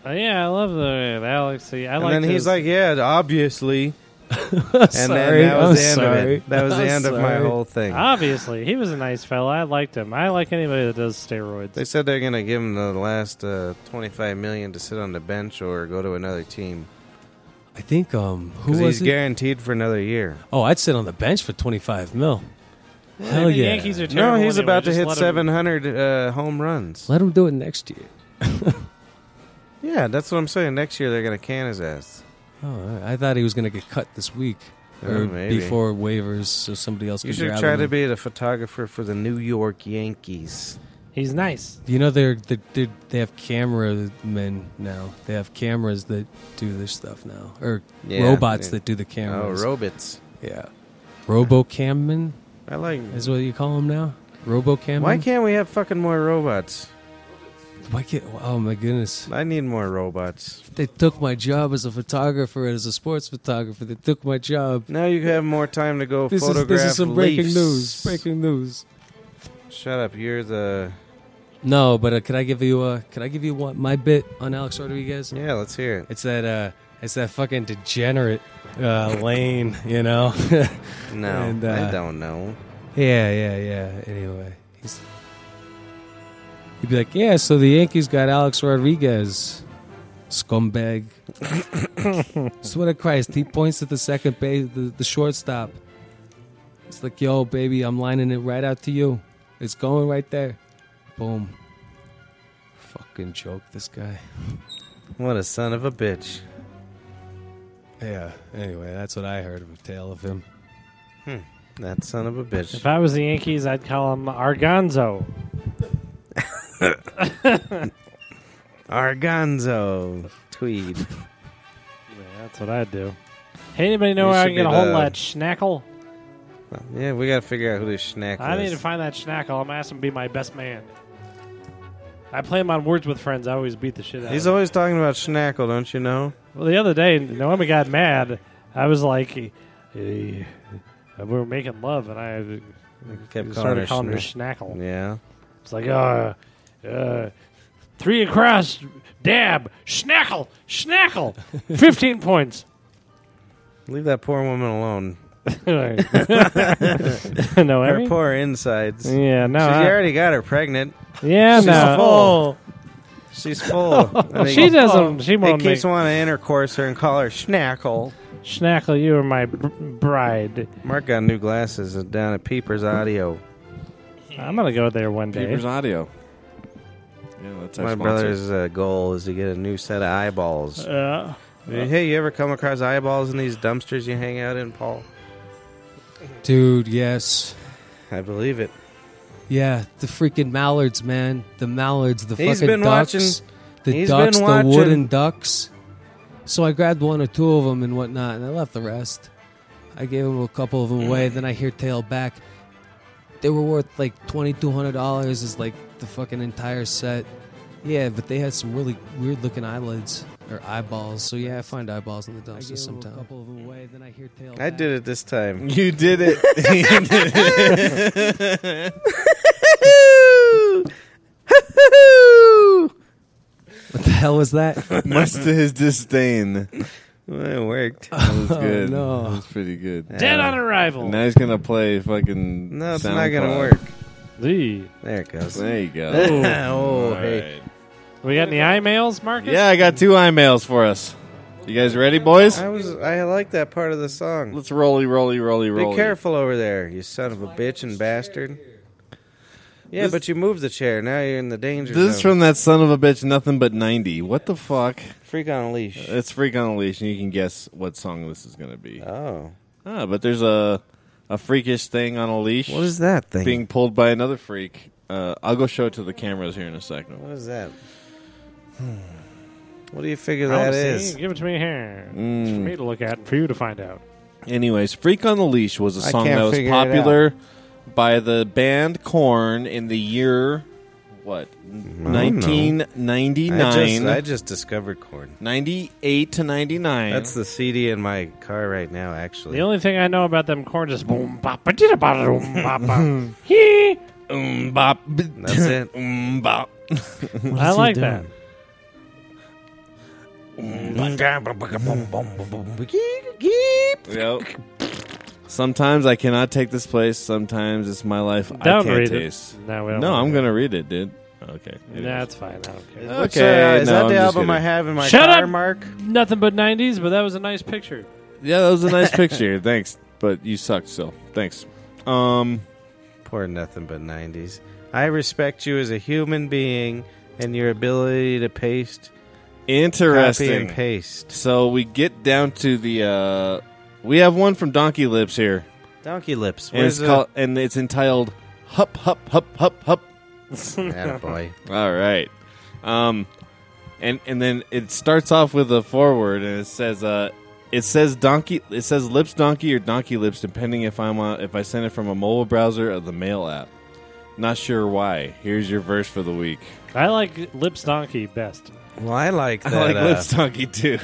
Oh, yeah, I love the the Alex. See, I and like then he's this. like, "Yeah, obviously." And Sorry, then that was I'm the end sorry. of it. That was the I'm end of my sorry. Ah. whole thing. Obviously, he was a nice fella. I liked him. I like anybody that does steroids. They said they're gonna give him the last uh, twenty-five million to sit on the bench or go to another team I think um, who because was he's it? guaranteed for another year. oh, I'd sit on the bench for twenty five mil. Hell the yeah! Yankees are No, terrible he's anyway. about to Just hit let 'em- seven hundred uh, home runs. Let him do it next year. Yeah, that's what I'm saying. Next year they're gonna can his ass. Oh, I I thought he was going to get cut this week or Oh, maybe. before waivers, so somebody else You could should grab try him. to be the photographer for the New York Yankees. He's nice. You know, they're, they're, they're they have camera men now. They have cameras that do this stuff now, or Yeah, robots yeah. that do the Oh, cameras. robots! yeah, RoboCammen I like. is what you call them now. RoboCammen. Why can't we have fucking more robots? Why can't? Oh my goodness! I need more robots. They took my job as a photographer, as a sports photographer. They took my job. Now you have more time to go This is photograph. this is some breaking Leafs. news. Breaking news. Shut up! You're the No, but uh, could I give you uh, could I give you one, my bit on Alex Rodriguez? yeah. Let's hear it. It's that uh, it's that fucking degenerate uh, lane, you know? No, And, uh, I don't know. yeah, yeah, yeah. Anyway, he's he'd be like, yeah. So the Yankees got Alex Rodriguez, scumbag. Swear to Christ, he points at the second base, the, the shortstop. It's like, yo, baby, I'm lining it right out to you. It's going right there. Boom. Fucking joke, this guy. What a son of a bitch! Yeah. Anyway, that's what I heard of a tale of him. That son of a bitch. If I was the Yankees, I'd call him Argonzo. Argonzo Tweed. Yeah, that's what I'd do. Hey, anybody know You where I should can get be a hold of the- that schnackle? Yeah, we gotta figure out who this schnack I need is. to find that schnackle. I'm asking him to be my best man. I play him on Words with Friends. I always beat the shit out He's of him. always talking about schnackle, don't you know? Well, the other day, Naomi got mad. I was like, eh, eh, we were making love, and I Kept started calling her schnack- schnackle. Yeah. It's like, uh, uh, three across, dab, schnackle, schnackle. 15 points. Leave that poor woman alone. no, Her Emmy? poor insides. She Yeah, no. I- already got her pregnant. yeah, She's no. Oh. full. She's full. And they- She doesn't. She They won't make keeps wanting to intercourse her and call her schnackle. schnackle. You are my br- bride. Mark got new glasses down at Peepers Audio. I'm gonna go there one day. Peepers Audio. Yeah, that's our My sponsor. brother's uh, goal is to get a new set of eyeballs. Uh, hey, you ever come across eyeballs in these dumpsters you hang out in, Paul? Dude, yes. I believe it. Yeah, the freaking mallards, man. The mallards, the He's fucking been ducks. watching- The he's ducks, been the watching- wooden ducks. So I grabbed one or two of them and whatnot, and I left the rest. I gave him a couple of them away. Then I hear tail back. They were worth like twenty two hundred dollars. Is like the fucking entire set. Yeah, but they had some really weird looking eyelids or eyeballs. So yeah, I find eyeballs in the dumpster sometimes. couple of them away. Then I hear tail. I did it this time. You did it. You did it. Woo! What the hell was that? Much to his disdain. it worked. That was good. Oh, no. That was pretty good. Dead on arrival. And now he's gonna play fucking. No, it's not SoundCloud. gonna work. Gee. There it goes. There you go. oh, All hey. right. We got any eye mails, Marcus? Yeah, I got two emails for us. You guys ready, boys? I was I like that part of the song. Let's rolly, rolly, rolly, rolly. Be careful over there, you son of a bitch and bastard. Yeah, This- but you moved the chair. Now you're in the danger This is zone. from that son of a bitch, nothing but 90. What the fuck? Freak on a leash. It's Freak on a Leash, and you can guess what song this is going to be. oh. Ah, but there's a a freakish thing on a leash What is that thing? being pulled by another freak. Uh, I'll go show it to the cameras here in a second. what is that? Hmm. What do you figure I wanna that see. is? Give it to me here. It's for me to look at and for you to find out. Anyways, Freak on a Leash was a I song can't that was figure it out. popular by the band Korn in the year, what, 1999. I just, I just discovered corn. 98 to 99. That's the CD in my car right now, actually. The only thing I know about them corn is boom bop did about boom bop bop. Hee. Mm, bop. That's it. Mm, bop. I like that. Yep. Sometimes I cannot take this place. Sometimes it's my life. I Don't can't read taste. it. No, we don't No, want I'm to. gonna read it, dude. Okay. That's fine. I don't care. Which, Okay, uh, is no, that I'm the just album kidding. I have in my Shut car, up! Mark? Nothing but '90s, but that was a nice picture. Yeah, that was a nice picture. Thanks, but you sucked. So thanks. Um, Poor nothing but 90s. I respect you as a human being and your ability to paste, copy, and interesting. paste. So we get down to the. uh We have one from Donkey Lips here, Donkey lips. and Where's it's the called, and it's entitled "Hup Hup Hup Hup Hup." boy? All right. Um, and and then it starts off with a forward, and it says, uh, it says donkey, it says lips donkey or donkey lips, depending if I'm on, if I send it from a mobile browser or the mail app. Not sure why. Here's your verse for the week. I like Lips Donkey best. Well, I like that. I like uh, lips donkey too.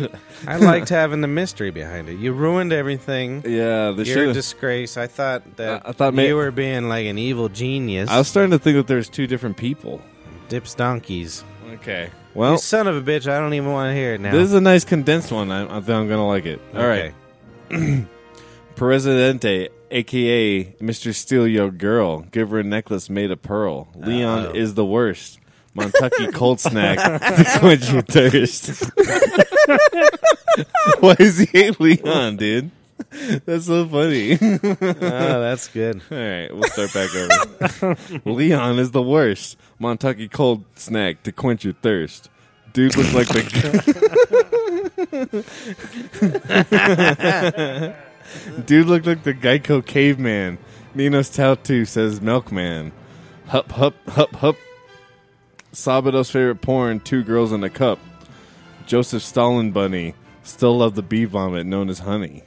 I liked having the mystery behind it. You ruined everything. yeah, the You're a shit. disgrace. I thought that I- I thought you may- were being like an evil genius. I was starting to think that there's two different people. Dips donkeys. Okay. You Well, son of a bitch! I don't even want to hear it now. Oh. this is a nice condensed one. I, I think I'm gonna like it. All right. Okay. Presidente, aka Mr. Steal Your Girl, give her a necklace made of pearl. Leon is the worst. Montucky cold snack to quench your thirst. Why is he hate Leon, dude? That's so funny. Oh, that's good. All right, we'll start back over. Leon is the worst. Montucky cold snack to quench your thirst. Dude looks like the. Dude looked like the Geico caveman. Nino's tattoo says milkman. Hup hup hup hup. Sabado's favorite porn: two girls in a cup. Joseph Stalin bunny still love the bee vomit known as honey.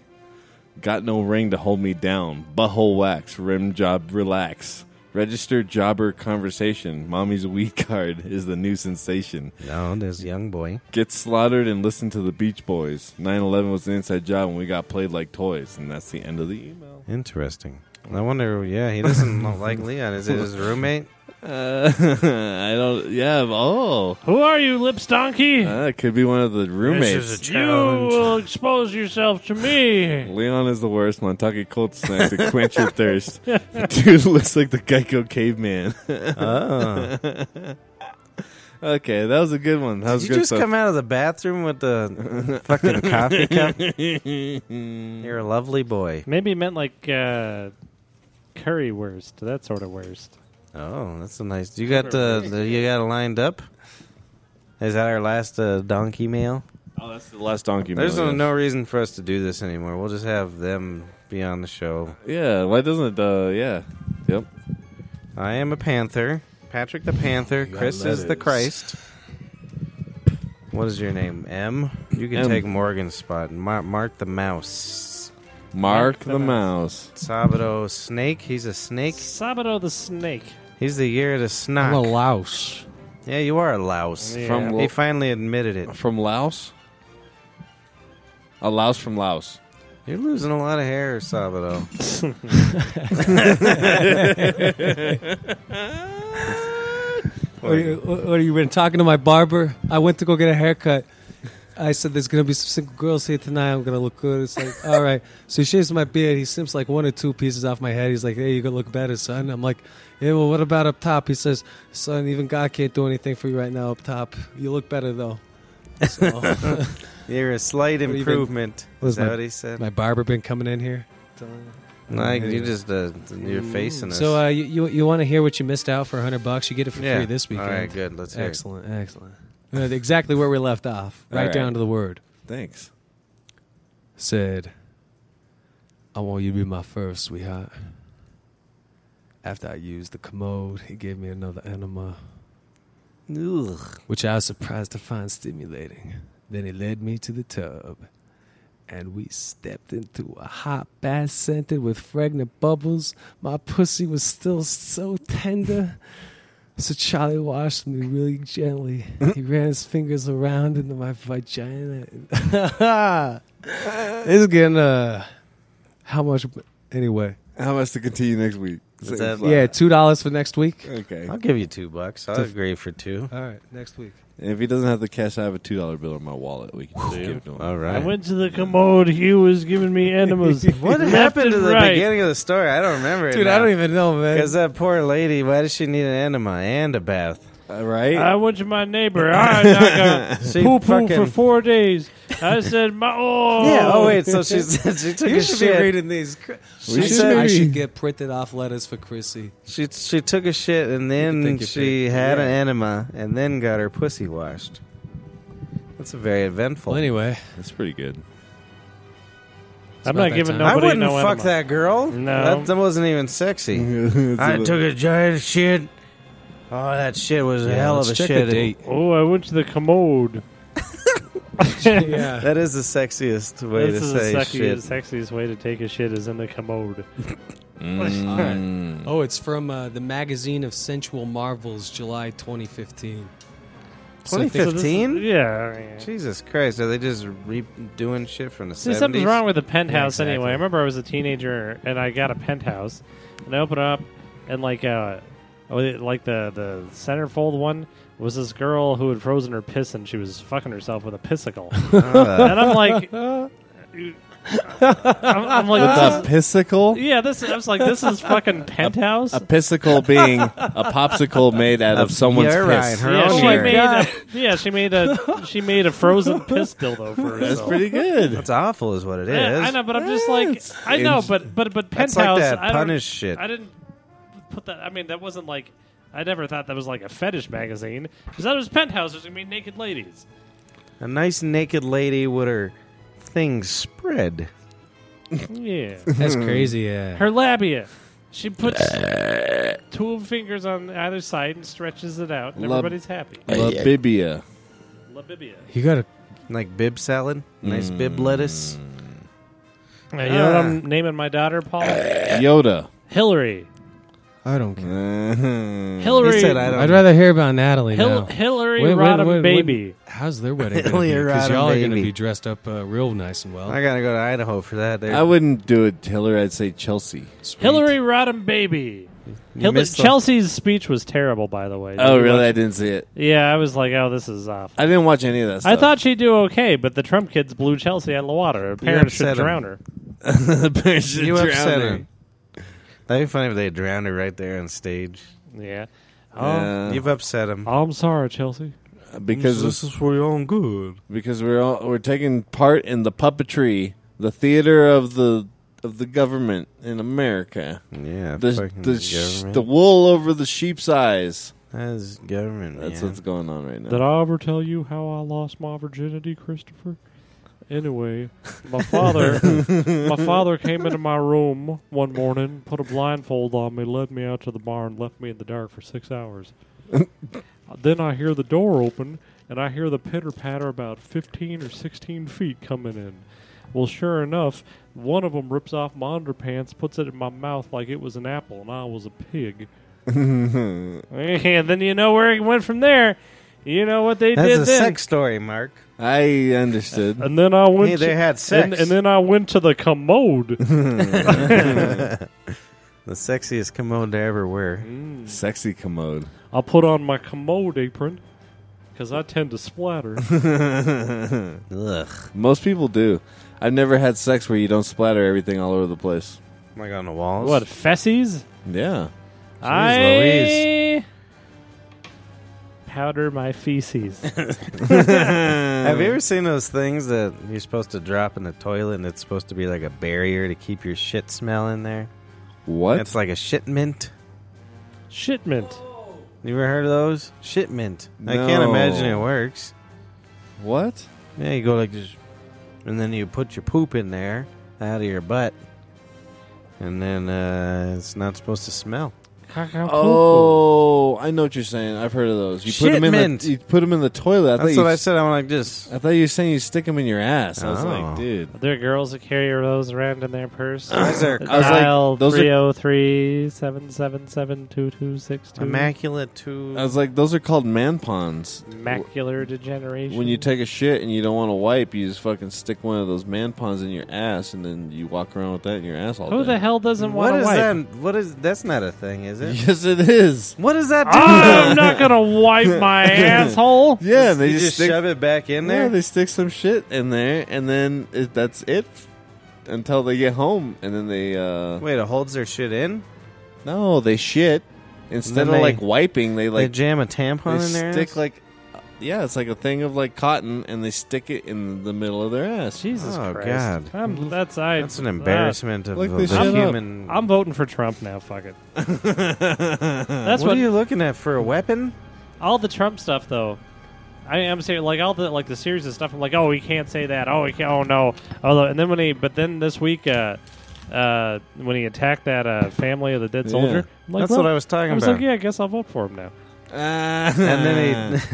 Got no ring to hold me down. Butthole wax. Rim job relax. Registered jobber conversation. Mommy's weed card is the new sensation. No, there's a young boy. Get slaughtered and listen to the Beach Boys. 9 11 was an inside job and we got played like toys. And that's the end of the email. Interesting. I wonder. Yeah, he doesn't look like Leon. Is it his roommate? Uh, I don't. Yeah. Oh. Who are you, Lips Donkey? Uh, it could be one of the roommates. you will expose yourself to me. Leon is the worst. Montucky cold snack to quench your thirst. Dude looks like the Geico caveman. Oh, okay, that was a good one. That was did you good just stuff. come out of the bathroom with the fucking coffee cup? You're a lovely boy. Maybe he meant like uh, curry worst, that sort of worst. Oh, that's a nice. You got the, the you got it lined up. Is that our last uh, donkey Oh, mail? Oh, that's the last donkey. There's Mail, no, yes. no reason for us to do this anymore. We'll just have them be on the show. Yeah, why doesn't it? Uh, yeah, yep. I am a panther. Patrick the Panther. Chris is the Christ. What is your name? M. You can M. take Morgan's spot. Mar- Mark the Mouse. Mark the mouse. Sabado Snake. He's a snake. Sabado the snake. He's the year of I'm the a snot. louse. Yeah, you are a louse. Yeah. From He Lo- finally admitted it. from Laos. A Laos from Laos. You're losing a lot of hair, Sabado. What are, you, point. what are you been talking to my barber? I went to go get a haircut. I said, "There's gonna be some single girls here tonight. I'm gonna look good." It's like, all right. So he shaves my beard. He simps like one or two pieces off my head. He's like, "Hey, you gonna look better, son." I'm like, "Yeah, well, what about up top?" He says, "Son, even God can't do anything for you right now up top. You look better though." So, You're a slight do you think? improvement. Was Is that my- what he said? my barber been coming in here. telling me- Like you just uh, you're facing us. So uh, you you, you want to hear what you missed out for a hundred bucks? You get it for free this weekend. All right, good. Let's hear. It. Excellent, excellent. Uh, exactly where we left off, All right, right. down to the word. Thanks. Said, I want you to be my first, sweetheart. After I used the commode, he gave me another enema, Ugh. which I was surprised to find stimulating. Then he led me to the tub, and we stepped into a hot bath scented with fragrant bubbles. My pussy was still so tender. So Charlie washed me really gently. He ran his fingers around into my vagina. it's getting uh, how much? Anyway, How much to continue next week? Is Same that- slot. yeah, two dollars for next week. Okay. I'll give you two bucks. I'll agree for two. All right, next week. If he doesn't have the cash, I have a two dollar bill in my wallet. We can just give it to him. All I right. went to the commode. Hugh was giving me enemas. What left happened to and the right. beginning of the story? I don't remember it. Dude, I don't even know, man. Because that poor lady, why does she need an enema and a bath? All right. Uh, I went to my neighbor. Ah, I knocked She a poo poo for fucking- four days. I said, my, oh. Yeah. Oh wait. So she she took You a should be shit. reading these. Cr- We I, should should, I maybe- should get printed off letters for Chrissy. She she took a shit and You then could take your she had an Yeah. enema and then got her pussy washed. That's a very eventful. Well, anyway, That's pretty good. I'm about not that giving time. I nobody wouldn't no fuck enema. that girl. No. that, that wasn't Mm-hmm. even sexy. I took a giant shit. Oh, that shit was a Yeah, hell of let's a check shit. the date. Oh, I went to the commode. yeah. That is the sexiest way this to is say the shit. sexiest, sexiest way to take a shit is in the commode. Mm. Oh, it's from uh, the magazine of sensual marvels, July 2015. So I think- 2015? yeah. I mean, Jesus Christ! Are they just redoing shit from the See, seventies? something's wrong with the penthouse Yeah, exactly. anyway. I remember I was a teenager and I got a penthouse, and I opened it up, and like uh, oh, it- like the the centerfold one was this girl who had frozen her piss and she was fucking herself with a pissicle, Uh, and I'm like, I'm, I'm like, this With a is- pissicle? yeah, this I was like, this is fucking penthouse. A pissicle being a popsicle made out of someone's urine, piss. her yeah, own she urine. made a, yeah, she made a she made a frozen piss dildo for herself. That's pretty good. That's awful, is what it is. Yeah, I know, but I'm just like It's- I know, but but but That's penthouse. like that I don't- punish shit. I didn't put that. I mean, that wasn't like I never thought that was like a fetish magazine. Because that was penthouse. There's gonna be naked ladies. A nice naked lady with her things spread. Yeah, That's crazy, yeah. her labia. She puts two fingers on either side and stretches it out, and Lab- everybody's happy. Labibia. Labibia. you gotta. Like bib salad, nice bib lettuce. Uh, you know what I'm naming my daughter, Paul? Yoda. Hillary. I don't care. Hillary. Hillary. He said, "I don't." I'd rather hear about Natalie Hil- now. Hillary Wait, wait, Rodham wait, wait. baby. How's their wedding? Because Hillary Rodham y'all are gonna baby. be dressed up uh, real nice and well. I gotta go to Idaho for that. There. I wouldn't do it Hillary. I'd say Chelsea. Sweet. Hillary Rodham baby. Hil- missed the- Chelsea's speech was terrible, by the way. Did Oh, you really? I watch- didn't see it. Yeah, I was like, oh, this is off. I didn't watch any of that I stuff. thought she'd do okay, but the Trump kids blew Chelsea out of the water. Her parents should upset 'em. drown her. you you upset her. That'd be funny if they drowned her right there on stage. Yeah. Oh, Yeah. You've upset him. I'm sorry, Chelsea. Uh, because is for your own good. because we're all, we're taking part in the puppetry, the theater of the of the government in America. Yeah, The fucking the, sh- government. the wool over the sheep's eyes. That's government. That's man. what's going on right now. Did I ever tell you how I lost my virginity, Christopher? Anyway, my father, my father came into my room one morning, put a blindfold on me, led me out to the bar, and left me in the dark for six hours. then I hear the door open, and I hear the pitter patter about fifteen or sixteen feet coming in. Well, sure enough, one of them rips off my underpants, puts it in my mouth like it was an apple, and I was a pig. and then you know where it went from there. You know what they That's did a then. sex story, Mark. I understood. And then I went. Hey, they to- had sex. And, and then I went to the commode. The sexiest commode to ever wear. Sexy commode. I'll put on my commode apron because I tend to splatter. Ugh. Most people do. I've never had sex where you don't splatter everything all over the place. Like on the walls. what fessies? Yeah. I powder my feces. Have you ever seen those things that you're supposed to drop in the toilet and it's supposed to be like a barrier to keep your shit smell in there? What? It's like a shit mint. Shitment. You ever heard of those? Shit mint. I No. can't imagine it works. what? Yeah, you go like this, and then you put your poop in there out of your butt, and then uh, it's not supposed to smell. Oh, I know what you're saying. I've heard of those. You put them in. Shipment. The, you put 'em in the toilet. I thought That's you, what I said. I'm like this. I thought you were saying you stick them in your ass. I was Oh. like, dude. Are there girls that carry those around in their purse? Is there I was like, Dial those are- 303 777 2262. immaculate too? I was like, those are called man ponds. Macular degeneration. When you take a shit and you don't want to wipe, you just fucking stick one of those man ponds in your ass, and then you walk around with that in your ass all Who day. the hell doesn't what want to is wipe? that? What is that's not a thing, is it? Yes, it is. What does that do? Ah! I'm not gonna wipe my asshole. Yeah, and you they just, just, stick, shove it back in Yeah, there. they stick some shit in there, and then it, that's it until they get home, and then they uh Wait, it holds their shit in. no, they shit instead Then of they- like wiping, they they like jam a they tampon in there. stick like yeah, it's like a thing of like cotton, and they stick it in the middle of their ass. Jesus Oh, Christ. God. I'm, that's I. that's an embarrassment of Look the, this the shit up. human. I'm voting for Trump now. Fuck it. that's what, what, are you looking at for a weapon? all the Trump stuff though. I am saying like all the like the series of stuff. I'm like, oh, we can't say that. Oh, we can't. Oh no. Although, and then when he, but then this week, uh, uh, when he attacked that uh, family of the dead Yeah. soldier, I'm like, That's well, what I was talking I was about. like, yeah, I guess I'll vote for him now. Ah, and then he.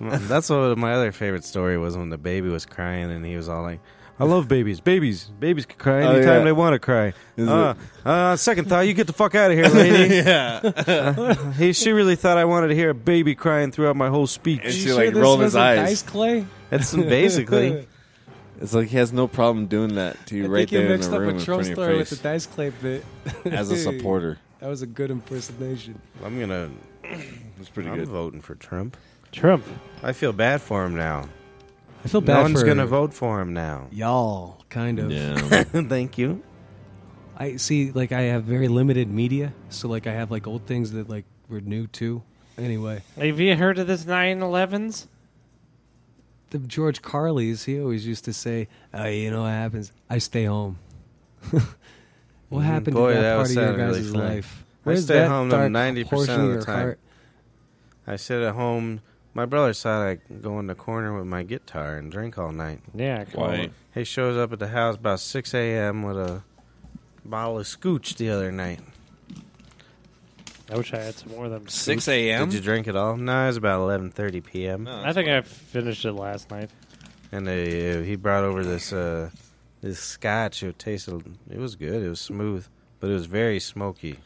That's what my other favorite story was when the baby was crying and he was all like, "I love babies. Babies, babies can cry Oh, anytime yeah. they want to cry." Is Uh, uh, second thought, you get the fuck out of here, lady. yeah, he, she really thought I wanted to hear a baby crying throughout my whole speech. and You she sure like this rolled his wasn't eyes. Dice clay. That's basically. It's like he has no problem doing that to you I right think you there in mixed the up room a in Trump front of story your with the face dice clay bit. as a supporter. That was a good impersonation. I'm gonna. It's pretty I'm good. voting for Trump. Trump. I feel bad for him now. I feel No one's gonna vote for him now. y'all. Kind of. Yeah, Thank you. I see. Like I have very limited media, so like I have like old things that like were new too. Anyway, Have you heard of this 911s? the George Carly's he always used to say, "Oh, you know what happens? I stay home." what happened Mm-hmm. boy, to that, that part was of your sounding guys' really funny. life? I Where's stay that home though dark 90% portion of of the your time. heart? I sit at home. My brother saw I go in the corner with my guitar and drink all night. Yeah. come on. He shows up at the house about 6 a.m. with a bottle of scooch the other night. I wish I had some more of them. six a.m. Did you drink it all? No, it was about 11:30 p.m. I think I finished it last night. And they, uh, he brought over this uh, this scotch. It tasted. It was good. It was smooth, but it was very smoky,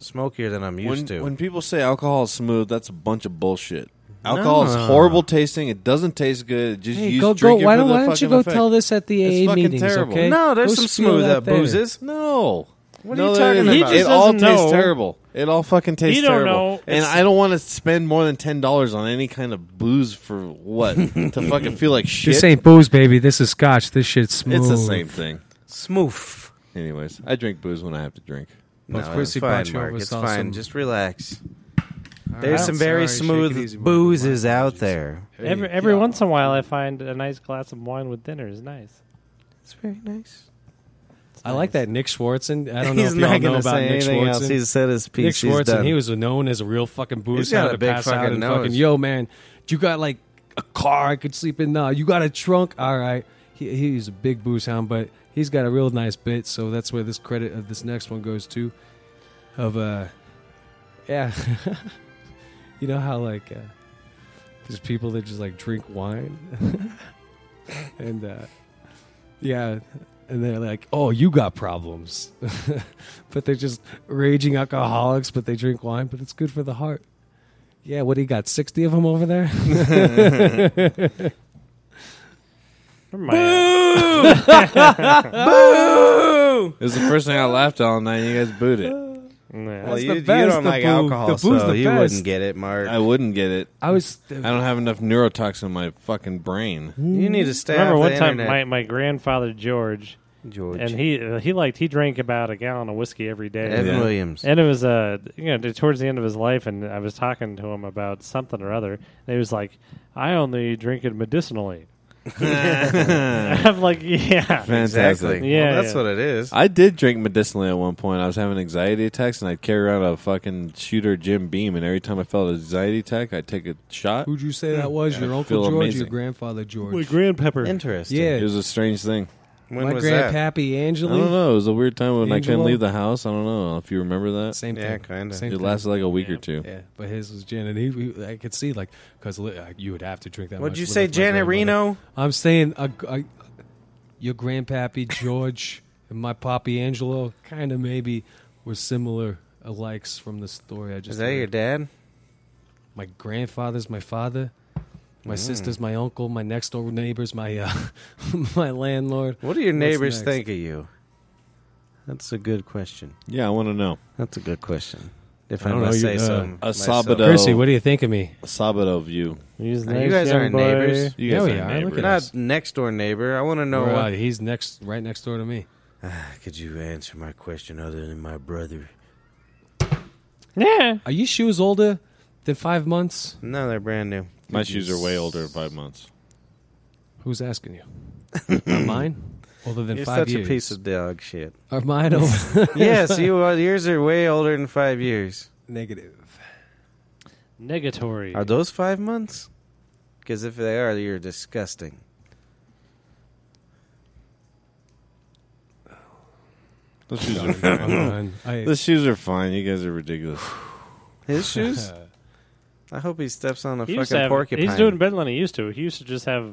smokier than I'm used when, to. When people say alcohol is smooth, that's a bunch of bullshit. Alcohol is horrible tasting. It doesn't taste good. Just Hey, use go go! drink it Why for don't the Why don't you fucking go effect. tell this at the It's AA fucking meetings? terrible. Okay? no, there's Go some spill smooth that up there. boozes. No. What are No, you it talking isn't. about? He It just all doesn't tastes know. terrible. It all fucking tastes He don't terrible. know. And It's- I don't want to spend more than ten dollars on any kind of booze for what to fucking feel like shit. This ain't booze, baby. This is scotch. This shit's smooth. it's the same thing. Smoof. Anyways, I drink booze when I have to drink. No, Well, Chrissy it's fine, Baccio Mark. was It's awesome. fine. Just relax. right. There's some very smooth boozes out there. Every every once in a while, I find a nice glass of wine with dinner is nice. It's very nice. I like that Nick Schwartzen. I don't know He's if y'all not know going to about say Nick anything else. Schwartzen. He's said his piece. Nick He's Schwartz, and done. he was known as a real fucking booze He's got hound a to big pass fucking out and nose. fucking, yo, man, you got like a car I could sleep in now. You got a trunk. All right. He, he's a big booze hound, but he's got a real nice bit. So that's where this credit of this next one goes to. Of, uh, yeah. you know how, like, uh, there's people that just like drink wine and, uh, yeah. And they're like, oh, you got problems. but they're just raging alcoholics, but they drink wine, but it's good for the heart. Yeah, what do you got? 60 of them over there? Never mind. It was the first thing I laughed all night. and You guys booed it. Nah. Well, That's you, the you best, don't the like boo- alcohol, the boo's so the you best. wouldn't get it, Mark. I wouldn't get it. I was. I don't have enough neurotoxin in my fucking brain. you need to stay Remember off one the time, my, internet, my grandfather George, George. and he uh, he liked he drank about a gallon of whiskey every day. Evan Yeah. Williams. And it was uh you know towards the end of his life, and I was talking to him about something or other, and he was like, "I only drink it medicinally." I'm like, "Yeah, Fantastic. Exactly. Yeah, well, that's yeah. what it is. I did drink medicinally at one point. I was having anxiety attacks, and I'd carry around a fucking shooter Jim Beam, and every time I felt an anxiety attack, I'd take a shot. Who'd you say that was? I Your feel uncle George, amazing. your grandfather George, my grand pepper." Interesting. Yeah. It was a strange thing. When my was that? grandpappy I don't Angeli. know. It was a weird time when I couldn't Angelo? leave the house. I don't know if you remember that. Same Yeah, thing. kinda. Same It thing. lasted like a week or two. Yeah, but his was Janet. He, he- I could see like because li- uh, you would have to drink that. What'd much you with say, my Janet grandmother. Reno? I'm saying a, a- your grandpappy George and my poppy Angelo kind of maybe were similar alikes from the story I just. Is that your heard. dad? My grandfather's my father. Mm. My sister's my uncle. My next door neighbor's my uh, my landlord. What do your What's neighbors next? think of you? That's a good question. Yeah, I want to know. That's a good question. If I I, don't must know, say you- uh, so. a myself. Sabado. Percy, what do you think of me? Sabado view. He's You nice guys young aren't boy. neighbors. You Yeah, guys we are are. Look You're neighbors. at not next door neighbor. I want to know Or, uh, what. he's next, right next door to me. Could you answer my question other than my brother? Yeah, Are you shoes older than five months? No, they're brand new. My shoes are way older than five months. Who's asking you? Are mine older than You're five such years? a piece of dog shit. Are mine over? yes, you are, yours are way older than five years. Negative. negatory. Are those five months? Because if they are, you're disgusting. Those shoes are fine. I, Those shoes are fine. You guys are ridiculous. His shoes? I hope he steps on a He used to fucking have- porcupine. He's doing better than he used to. He used to just have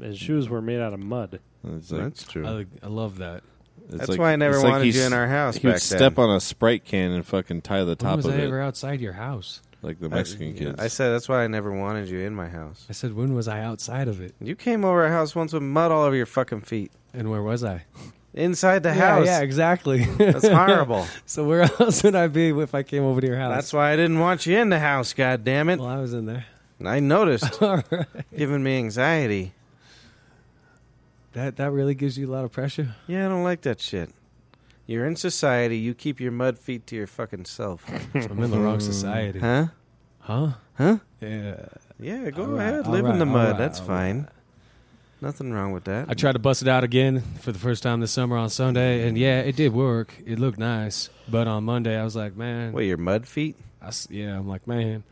his shoes were made out of mud. It's like, That's true. I, I love that. it's That's like- why I never it's like wanted he's- you in our house He would back then. step on a Sprite can and fucking tie the When top was of I it, ever outside your house? like the I- Mexican yeah, kids. I said that's why I never wanted you in my house. I said, when was I outside of it, You came over our house once with mud all over your fucking feet. and where was I? Inside the house. Yeah, exactly. That's horrible. so where else would I be if I came over to your house? That's why I didn't want you in the house, God damn it! well, I was in there. I noticed. All right. giving me anxiety. That that really gives you a lot of pressure. Yeah, I don't like that shit. You're in society, you keep your mud feet to your fucking self. I'm in the wrong society. Hmm. Huh? Huh? Huh? Yeah. Yeah, go All right, ahead. all Live in right, all the mud. right, That's all fine. Nothing wrong with that. I tried to bust it out again for the first time this summer on Sunday, and yeah, it did work. It looked nice, but on Monday I was like, man, Wait, your mud feet? I s yeah, I'm like, man,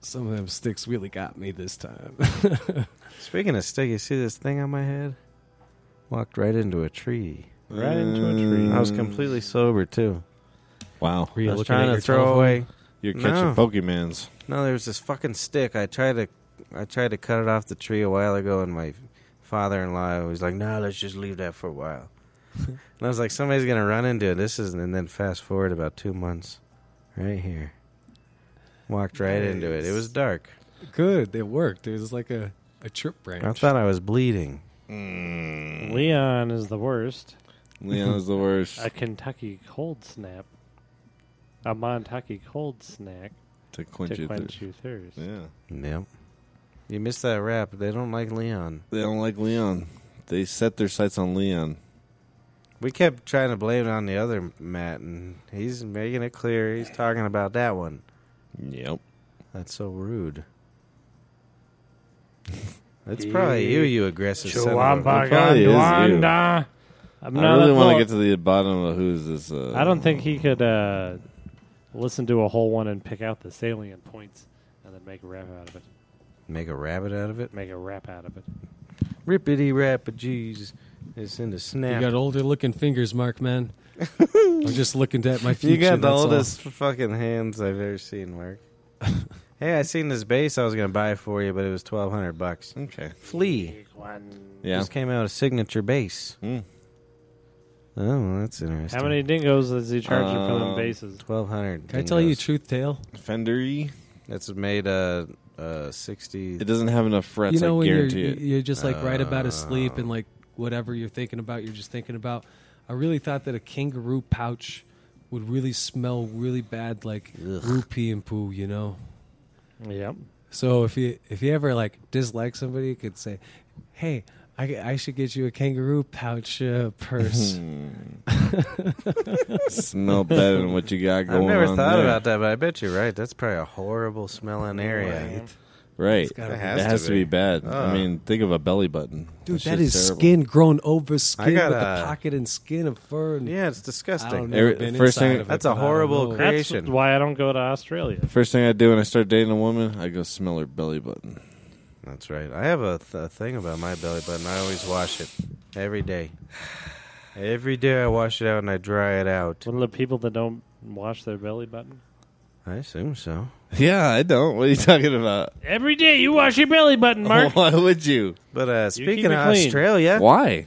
some of them sticks really got me this time. Speaking of stick, you see this thing on my head? Walked right into a tree. Right into a tree. I was completely sober too. Mm. Wow, Were you I was looking trying at to your throw telephone? away. you're No. catching Pokemans. No, there was this fucking stick. I tried to, I tried to cut it off the tree a while ago, and my father-in-law was like, "No, let's just leave that for a while." and I was like, "Somebody's gonna run into it." This is, and then fast forward about two months, right here. Walked right into it. It was dark. Good, it worked. It was like a, a trip branch. I thought I was bleeding. Mm. Leon is the worst. Leon is the worst. A Kentucky cold snap. A Montucky cold snack to quench to your quench thirst. your thirst. Yeah, Yep. You missed that rap. They don't like Leon. they don't like Leon. They set their sights on Leon. We kept trying to blame it on the other Matt, and he's making it clear he's talking about that one. Yep. That's so rude. That's probably you, you aggressive son of a- It probably is Chuambagandwanda. I'm I not really a want to thought. get to the bottom of who's this. Uh, I don't think he could uh, listen to a whole one and pick out the salient points and then make a rap out of it. Make a rabbit out of it. Make a rap out of it. Rippity rappa jeez. It's in the you snap. got older looking fingers, Mark, man. I'm just looking at my future. You got the that's all. oldest fucking hands I've ever seen, Mark. hey, I seen this bass I was gonna buy for you, but it was twelve hundred bucks. Mm. Okay. Flea Yeah. just came out a signature bass. Mm. Oh, well, that's interesting. How many dingoes does he charge you for them Um, bases? Twelve hundred. Can I tell you a truth tale? Fendery. That's made uh uh sixty. It doesn't have enough frets. you know I when you're guarantee Uh. it. you're just like right about asleep and like whatever you're thinking about, you're just thinking about. I really thought that a kangaroo pouch would really smell really bad, like Ugh. root pee and poo, you know. Yep. So if you if you ever like dislike somebody, you could say, "Hey, I, I should get you a kangaroo pouch uh, purse." Smell better than what you got I've going on. never thought there. about that, but I bet you're right. That's probably a horrible smelling area. Right. gotta it be- has, to, be. bad. I Oh. mean, think of a belly button. Dude, That that shit's is terrible. skin grown over skin got with the a- pocket and skin of fur. And Yeah, it's I don't disgusting. know. Every- Been first inside thing- of it, That's a but I don't horrible know. cra- That's Creation. why I don't go to Australia. First thing I do when I start dating a woman, I go smell her belly button. That's right. I have a, th- a thing about my belly button. I always wash it every day. Every day I wash it out and I dry it out. One of the people that don't wash their belly button. I assume so. Yeah, I don't. What are you talking about? Every day you wash your belly button, Mark. Why would you? But uh, keep speaking it of clean. Australia, Why?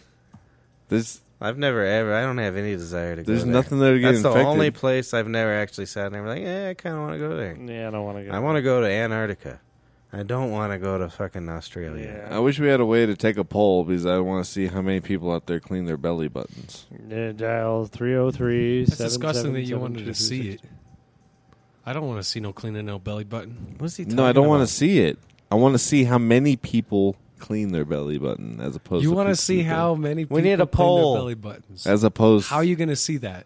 There's I've never ever. I don't have any desire to go. there's there. nothing there to get That's infected. the only place I've never actually sat there. and been Like, yeah, I kind of want to go there. yeah, I don't want to go. I want to go to Antarctica. I don't want to go to fucking Australia. I wish we had a way to take a poll because I want to see how many people out there clean their belly buttons. Yeah, dial 303 It's disgusting that you wanted to see it. I don't want to see no cleaning no belly button. What's he? No, I don't want to see it. I want to see how many people clean their belly button as opposed. You want to see how many? People We need clean their a poll. Belly buttons. as opposed How are you going to see that?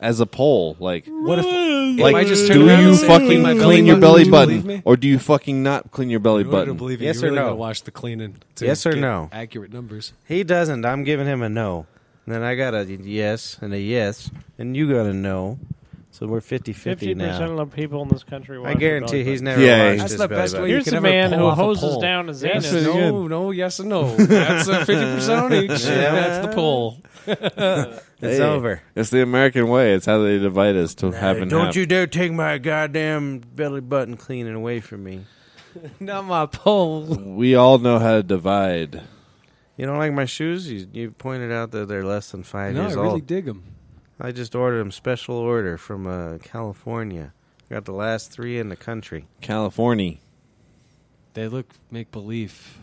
as a poll like What if? like I just turn do around you and say, fucking "Clean clean, my belly your belly button," would you believe button me? or do you fucking not clean your belly In order to button? believe it, Yes you or really no? gotta watch the cleaning. To Yes or get no? Accurate numbers. He doesn't. I'm giving him a no. And then I got a yes and a yes, and you got a no. So we're 50 50 50 percent now. of the people in this country. Wash I their guarantee belly he's button. never Yeah, watched That's his the belly best button. way you Here's could a ever man pull who off a hoses poll. down his Yes anus. or Pretty no, no, yes or no. That's a 50% on each. Yeah. That's the poll. It's Hey, over. It's the American way. It's how they divide us to have and Don't have. you dare take my goddamn belly button cleaning away from me. Not my poll. We all know how to divide. You don't like my shoes? You, you pointed out that they're less than five No, I years really old. dig them. I just ordered them special order from uh, California. Got the last three in the country. California. They look make believe.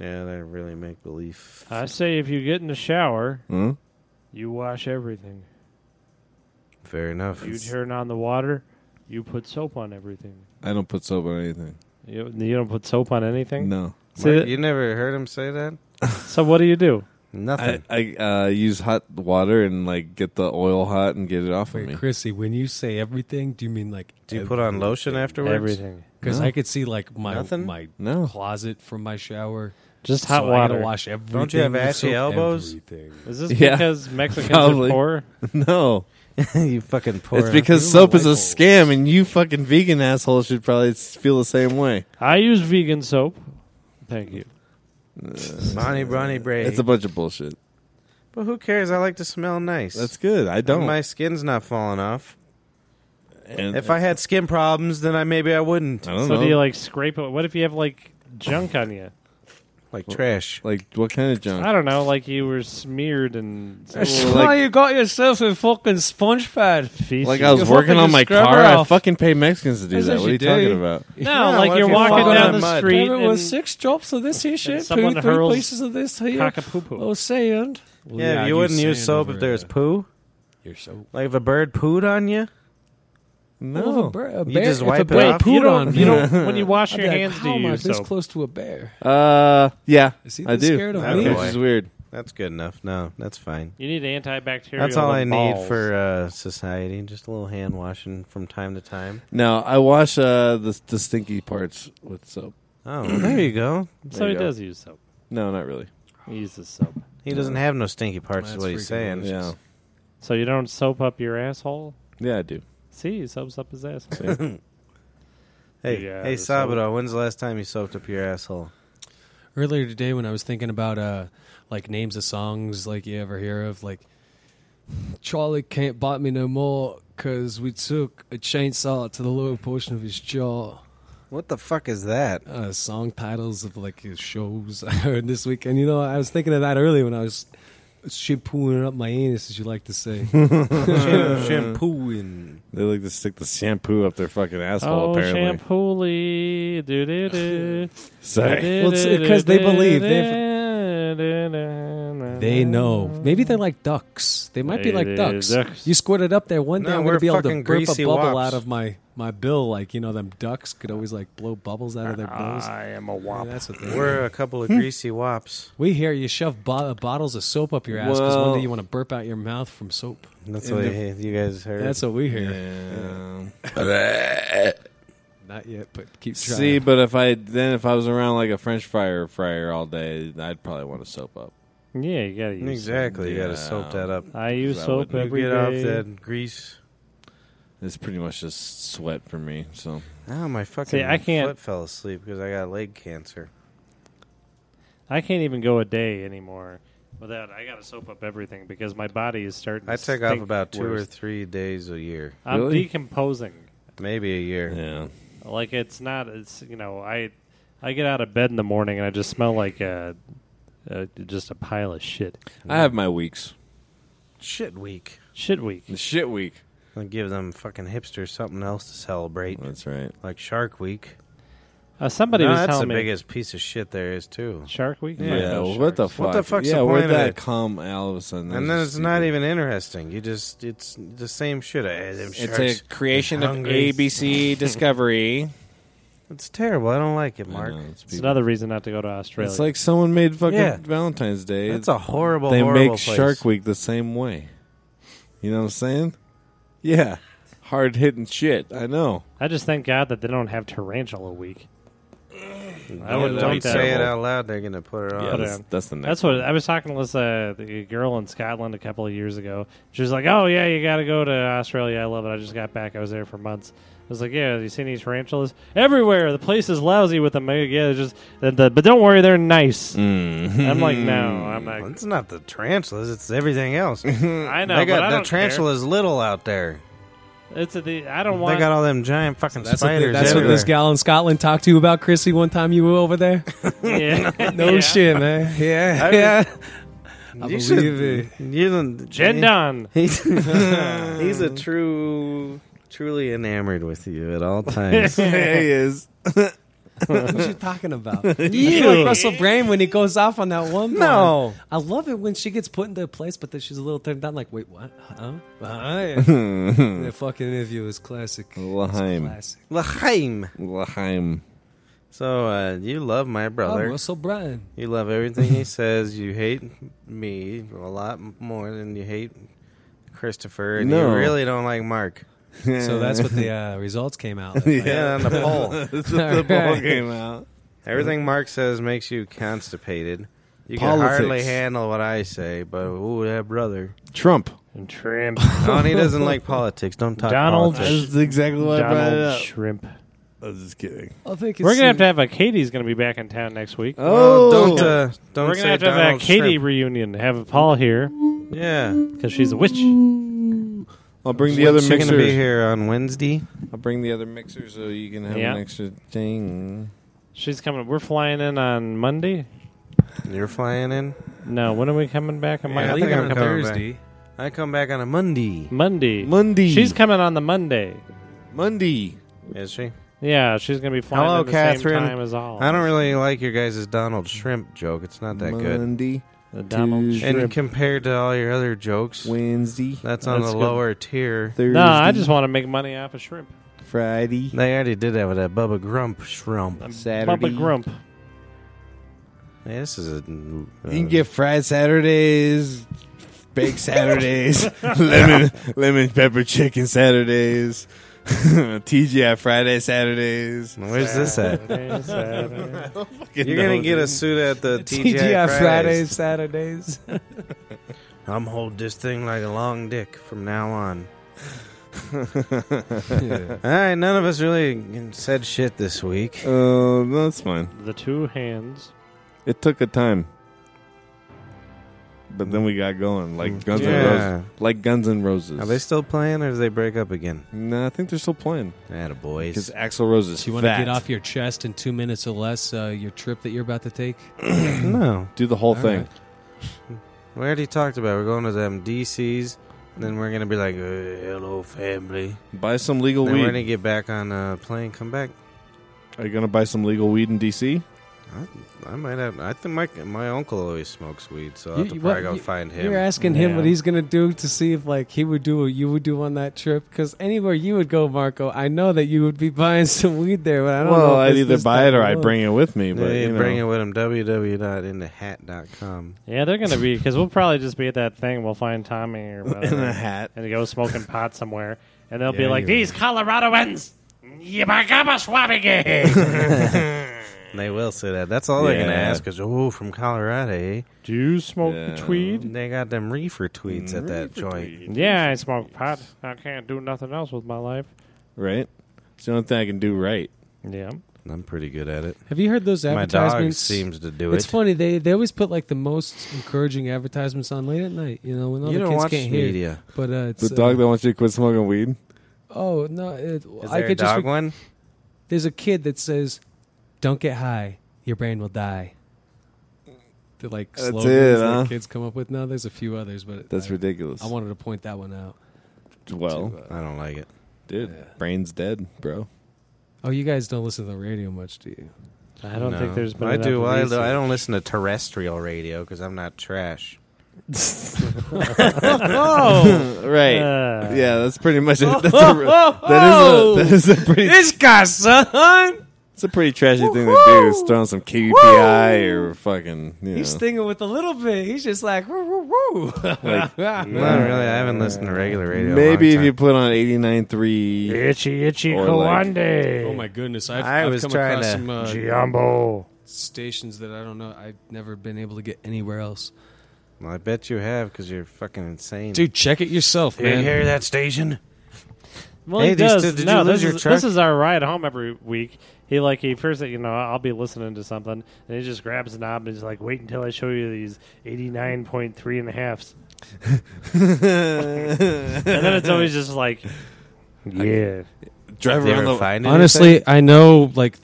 Yeah, they really make believe. I say if you get in the shower, Hmm? you wash everything. Fair enough. You turn on the water. You put soap on everything. I don't put soap on anything. You, you don't put soap on anything. No. See, Mark, you never heard him say that? so what do you do? Nothing. I, I uh, use hot water and like get the oil hot and get it off of Wait, me. Chrissy, when you say everything, do you mean like. Do you put on lotion afterwards? Everything. Because No. I could see like my Nothing? my No. closet from my shower. Just hot so I water. gotta wash everything. Don't you have with ashy soap, elbows? everything. Is this Yeah, because Mexicans probably. are poor? No. you fucking poor. it's because Who's soap is a Michael? scam and you fucking vegan asshole should probably s- feel the same way. I use vegan soap. Thank you. Bonnie Bronny Bray. It's a bunch of bullshit. but who cares? I like to smell nice. That's good. I don't. My skin's not falling off. And- If I had skin problems, then I maybe I wouldn't. I don't So know. do you like scrape it? What if you have like junk on you? Like trash. like what kind of junk? I don't know, like you were smeared and Well, like- you got yourself a fucking sponge pad. feces. Like I was You're working fucking on my scrub car. her I off. fucking pay Mexicans to do That's that. what What are you you talking do. about? no, Yeah, like what you're if you walking fall down in the the mud? street Remember, it was and six drops of this here shit. someone Poo, three hurls pieces of this here. cock a poo poo. Oh, sand. yeah, you wouldn't use soap if there was poo. Your soap. Like if a bird pooed on you. Well, No. if a bear, a You bear, just if wipe it a bear off. pooed you on don't, me, you don't when you wash I'd be your like, hands do how am you I use this soap. close to a bear? Uh, yeah. Is he I this do. scared of I don't me? know. Which is weird. That's good enough. No, that's fine. You need antibacterial. That's all I and need balls. for uh, society. Just a little hand washing from time to time. No, I wash uh, the the stinky parts with soap. Oh, well, there you go. So There he you go. does use soap. No, not really. He uses soap. He doesn't have no stinky parts, is That's what he's freaking saying. delicious. Yeah, So you don't soap up your asshole? yeah, I do. See, he soaps up his asshole. Hey, Yeah, hey, the soap. Sabado, when's the last time you soaped up your asshole? Earlier today, when I was thinking about uh, like names of songs like you ever hear of, like Charlie can't bite me no more because we took a chainsaw to the lower portion of his jaw. What the fuck is that? uh, song titles of like his shows I heard this week, and you know I was thinking of that earlier when I was shampooing up my anus, as you like to say. Uh, Shampooing. They like to stick the shampoo up their fucking asshole. oh, apparently, shampooly. Do do do. Sorry. Well, it's 'cause they believe. They've- They know. Maybe they're like ducks. They might be They- like they- ducks. ducks. You squirted up there one day. No, I'm gonna we're be able to fucking rip a greasy bubble wops. out of my my bill. Like you know, them ducks could always like blow bubbles out of their Ah, bills. I am a Yeah, womp. that's what they We're a couple Hmm. of greasy wops. We hear you shove bo- bottles of soap up your ass because Well- one day you want to burp out your mouth from soap. That's what you guys heard. That's what we hear. Yeah. Not yet, but keep trying. See, but if I then if I was around like a French fryer fryer all day, I'd probably want to soap up. Yeah, you gotta use. exactly. You got Yeah. to soap that up. I use That soap would- You every get day. off that grease. It's pretty much just sweat for me. So Oh, my fucking See, I can't- foot fell asleep because I got leg cancer. I can't even go a day anymore without. I gotta soap up everything because my body is starting. I to took off stink about two or worse. three days a year, I'm Really? decomposing. maybe a year. yeah, Like it's not. It's you know I. I get out of bed in the morning and I just smell like a, uh just a pile of shit. I have my weeks. Shit week. Shit week. The shit week. I give them fucking hipsters something else to celebrate, That's right. like Shark Week. Uh, somebody No, was that's the telling me biggest piece of shit there is too. Shark Week. Yeah. Fuck those what the sharks. fuck? What the fuck's yeah, the where'd point of that it? come all of a sudden? And then That's it's just not stupid. even interesting. You just it's the same shit. Eh, them It's sharks. a creation of Hungry. ABC Discovery. It's terrible. I don't like it, Mark. I know, it's It's people- another reason not to go to Australia. It's like someone made fucking Yeah. Valentine's Day. That's a horrible. they horrible make place. Shark Week the same way. You know what I'm saying? Yeah. Hard hitting shit. I know. I just thank God that they don't have tarantula week. I Don't, would don't like that. Mm. say it out loud. They're gonna put it on. Yeah, Put it that's, on. that's the next. That's what I was talking to this uh, the girl in Scotland a couple of years ago. She was like, "Oh yeah, you got to go to Australia. I love it. I just got back. I was there for months." I was like, "Yeah, have you seen any tarantulas everywhere? The place is lousy with them. Yeah, it's just the, the, but don't worry, they're nice." I'm like, "No, I'm Well, not." it's not the tarantulas. It's everything else. I know, they but I got don't the tarantulas little out there. Care. It's a, the I don't They want. got all them giant fucking That's, what, spiders. that's what everywhere. this gal in Scotland talked to you about, Chrissy, one time you were over there. yeah, No yeah. shit, man. Yeah, I- yeah. I You believe should- it. you don't- Jen Don. He's, he's a true, truly enamored with you at all times. yeah, he is. What you talking about? you like Russell Brand when he goes off on that one. No. one. I love it when she gets put into a place, but then she's a little turned down. Like, wait, what? Huh? Huh? the fucking interview is classic. Laheim. Classic. Lahaim. Laheim. So uh, you love my brother. Oh, Russell Brand. You love everything he says. You hate me a lot more than you hate Christopher, and No. you really don't like Mark. So that's what the uh, results came out. Yeah, on the poll. That's what the ball came out. Everything Mark says makes you constipated. You can Politics. hardly handle what I say, but ooh, that brother. Trump. And shrimp. Oh, and he doesn't like politics. Don't talk Donald politics. That's exactly what I brought it uh, Donald up. Shrimp. I was just kidding. I think it's We're gonna have to have a Katie's gonna be back in town next week. Oh, don't uh, don't We're say gonna have to have Donald a Katie Shrimp. reunion. Have Paul here Yeah, because she's a witch. I'll bring the other She's gonna be mixers. here on Wednesday. I'll bring the other mixer so you can have Yeah. an extra thing. She's coming. We're flying in on Monday. You're flying in. No, when are we coming back? Am Yeah, I I think think on I'm coming Thursday. I come back on a Monday. Monday. Monday. She's coming on the Monday. Monday. Is she? Yeah, she's gonna be flying Hello, at the Catherine. same time as all. I don't really like your guys' Donald Shrimp joke. It's not that good. Monday. The Donald Tuesday. And compared to all your other jokes, Wednesday. that's on That's the good. lower tier. Thursday. No, I just want to make money off of shrimp. Friday. They already did that with that Bubba Grump Shrimp. Saturday. Bubba Grump. Yeah, this is a. uh, You can get fried Saturdays, baked Saturdays, lemon lemon pepper chicken Saturdays, TGI Friday Saturdays. Where's this at? Saturday, Saturday. You're gonna get a suit at the TGI, TGI Fridays, Fridays. Saturdays. I'm hold this thing like a long dick from now on. All right, none of us really said shit this week. Uh, that's fine. the two hands. It took a time, but then we got going like Guns N' Yeah. Roses. Like Guns N' Roses. Are they still playing, or do they break up again? no, I think they're still playing Atta because boys. Axl Rose is Do you want to fat. get off your chest in two minutes or less uh, your trip that you're about to take? No, Do the whole All thing. right. we already talked about. it. We're going to them DCs, and then we're gonna be like, uh, "Hello, family." Buy some legal Then we're weed. gonna get uh, back on a plane, come back. Are you gonna buy some legal weed in DC? I, I might have. I think my my uncle always smokes weed, so I'll You- have to you- probably what- go you- find him. You're asking him Yeah. what he's gonna do to see if like he would do what you would do on that trip. Because anywhere you would go, Marco, I know that you would be buying some weed there. But I don't know. well, if I'd it's either this buy it or type of I'd look. bring it with me. But Yeah, you know, bring it with him. www.inthehat.com. Yeah, they're gonna be because we'll probably just be at that thing. We'll find Tommy or in a whatever, hat. and go smoking pot somewhere, and they'll be Yeah, like, you're "These Coloradoans, Yabagabaswabige." And they will say that. That's all they're gonna Yeah. ask is, "Oh, from Colorado, eh?" Do you smoke Yeah. tweed? They got them reefer tweets at that joint. Yeah, I smoke pot. I can't do nothing else with my life. Right? It's the only thing I can do right. Yeah, I'm pretty good at it. Have you heard those My dog advertisements? seems to do it's it. funny they they always put like the most encouraging advertisements on late at night. You know when all You the don't kids watch can't hear. media. But uh, it's The dog Uh, that wants you to quit smoking weed. oh no! It, Is I there a could just dog re- one? there's a kid that says, "Don't get high, your brain will die." They're like That's slogans it, that huh? kids come up with. Now there's a few others, but That's I, ridiculous. I wanted to point that one out. well, too, uh, I don't like it. dude, yeah. brain's dead, bro. oh, you guys don't listen to the radio much, do you? I don't No. think there's been. I do. enough I, research. I don't listen to terrestrial radio because I'm not trash. Oh, right. Uh. yeah, that's pretty much it. That's a, re- that is a, that is a pretty guy, son, it's a pretty trashy thing to do. Is throwing some KPI or fucking you know. he's stinging with a little bit. He's just like, woo, woo, woo. Like, Not really. I haven't listened to regular radio. in a maybe long if you time. put on 89.3 itchy itchy Or like- Kawande. Oh my goodness! I've, I I've was come trying across to- some uh, Giambo. stations that I don't know. I've never been able to get anywhere else. Well, I bet you have because you're fucking insane, Dude, check it yourself, You man. hear that station? Well, Hey, he do you does. still- did no, you lose this, your is, truck? this is our ride home every week. He like he first, you know, I'll be listening to something, and he just grabs a knob and he's like, "Wait until I show you these eighty nine point three and a halfs." And then it's always just like, yeah, drive around Did you ever the find anything? Honestly, I know like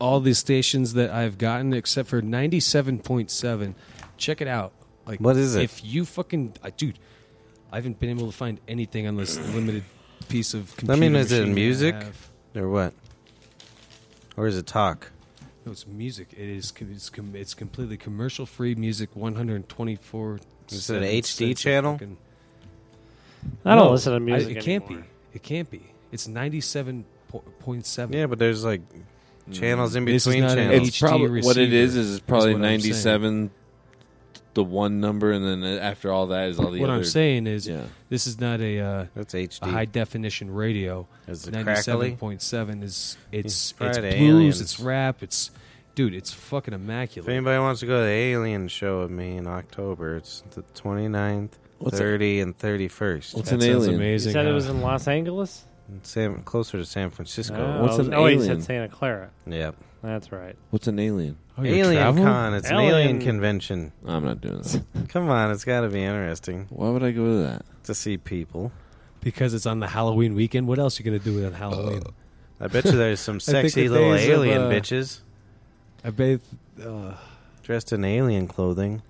all the stations that I've gotten except for 97.7. Check it out. Like What is it? If you fucking uh, dude, I haven't been able to find anything on this limited piece of computer. mean, is it machine that I music? have. or what? Or is it talk? No, it's music. It is com- it's, com- it's completely commercial free music 124 Is it an HD channel? I don't No, listen to music. it can't anymore. be. It can't be. It's 97.7. Yeah, but there's like channels in Mm. This is between not an channels. it's probably HD what it receiver, is is it's probably what I'm 97 the one number and then after all that is all the What other I'm saying is yeah this is not a uh, That's a HD. high definition radio. Is it Ninety-seven crackly? point seven is it's Yeah, it's Friday blues, aliens. it's rap, it's dude, it's fucking If immaculate. anybody wants to go to the Alien show with me in October, it's the 29th, What's a- 30, and 31st. what's That an sounds alien He amazing. said it huh? was in Los Angeles. Sam, closer to San Francisco. Oh, What's an oh, he alien? said Santa Clara. Yep. That's right. what's an alien Oh, you're Alien traveling? Con. It's an Alien- alien convention. i'm not doing that Come on, it's got to be interesting why would i go to that to see people. because it's on the Halloween weekend. What else are you gonna do on Halloween? Oh. I bet you there's some think sexy the little days of, alien uh, bitches I bathe. Uh, dressed in alien clothing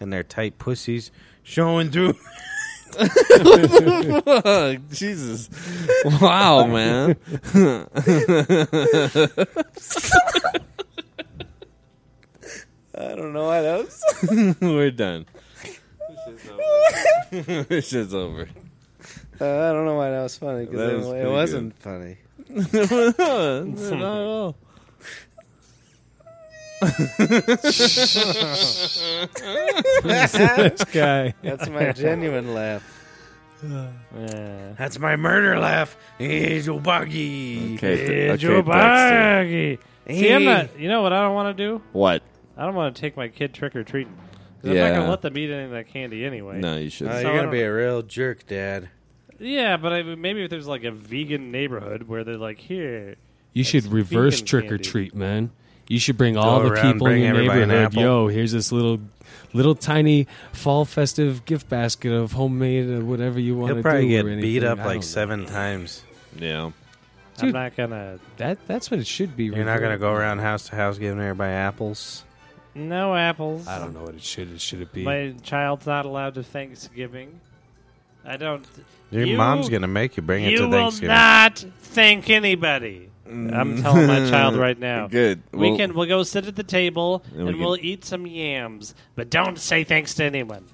and their tight pussies showing through. jesus wow man I don't know what else. we're done this shit's over Uh, I don't know why that was funny That was because it, pretty wasn't funny. this guy. That's my genuine laugh. Yeah. That's my murder laugh. Hey, Joe Buggy. okay, Joe Dexter. Baggy. See, I'm not. You know what I don't want to do? what I don't want to take my kid trick or treating. 'Cause I'm Yeah. not gonna let them eat any of that candy anyway. no you should Oh, So not you're I gonna don't- be a real jerk, Dad. Yeah, but I, maybe if there's like a vegan neighborhood where they're like, here, You should That's reverse vegan trick or candy. treat, man. You should bring all the around, people in bring your everybody an neighborhood. apple. Yo, here's this little, little tiny fall festive gift basket of homemade or whatever you want to do. He'll probably or get anything. beat up I like don't seven times. yeah I'm Dude. not gonna. know. That that's what it should be. You're not Rico. gonna go around house to house giving everybody apples. No apples. I don't know what it should. It should it be? My child's not allowed to Thanksgiving. I don't. Your You- mom's gonna make you bring it you to will Thanksgiving. not thank anybody. I'm telling my child right now. Good. We Well, can we'll go sit at the table Then we and can- we'll eat some yams, but don't say thanks to anyone.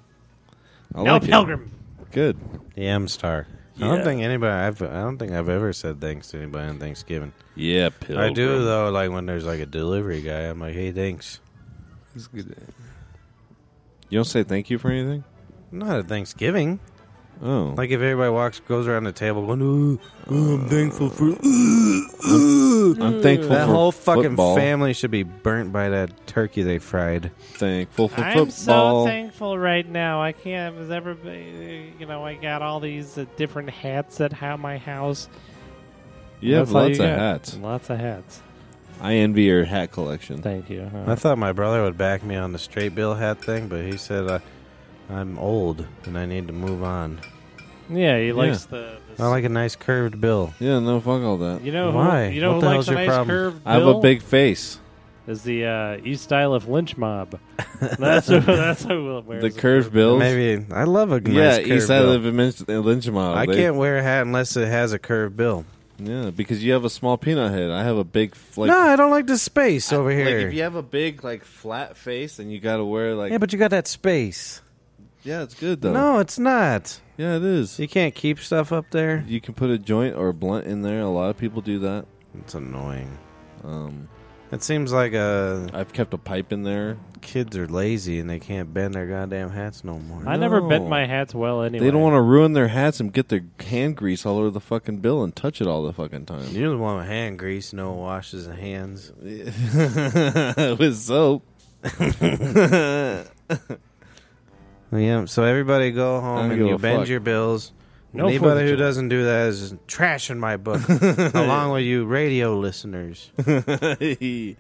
I no like it. pilgrim. Good. Yam star. I Yeah. don't think anybody. I've, I don't think I've ever said thanks to anybody on Thanksgiving. Yeah, pilgrim. I do though. Like when there's like a delivery guy, I'm like, hey, thanks. It's good. You don't say thank you for anything? Not at Thanksgiving. Oh. Like if everybody walks, goes around the table, going, ooh, ooh, I'm thankful for. I'm thankful That for whole fucking football. family should be burnt by that turkey they fried. Thankful for I'm football. so thankful right now. I can't. Was everybody? You know, I got all these uh, different hats at how my house. you have That's all lots you of got. hats. Lots of hats. I envy your hat collection. Thank you. I thought my brother would back me on the straight bill hat thing, but he said uh, I'm old and I need to move on. yeah, he likes the. the I like a nice curved bill. Yeah, no, fuck all that. you know Why? Who, you know What who the likes hell's a your nice problem? curved I have a bill? big face. Is the uh, East Isle of Lynch mob. that's who. That's who wears The a curved bills. Maybe I love a nice yeah, curved east side bill. of the Lynch- the Lynch Mob. I They- can't wear a hat unless it has a curved bill. Yeah, because you have a small peanut head. I have a big like. no, I don't like the space over like, here. if you have a big like flat face, then you gotta wear like. yeah, but you got that space. yeah, it's good though. No, it's not. Yeah, it is. You can't keep stuff up there. You can put a joint or a blunt in there. A lot of people do that. It's annoying. Um, It seems like uh, I've kept a pipe in there. kids are lazy and they can't bend their goddamn hats no more. I never No. bent my hats well anyway. They don't want to ruin their hats and get their hand grease all over the fucking bill and touch it all the fucking time. You're the one with hand grease, no washes and hands. With soap. Yeah, so everybody go I home don't and give you a bend fuck. your bills. No Fourth of Anybody who July. doesn't do that is trashing my book, along with you radio listeners. You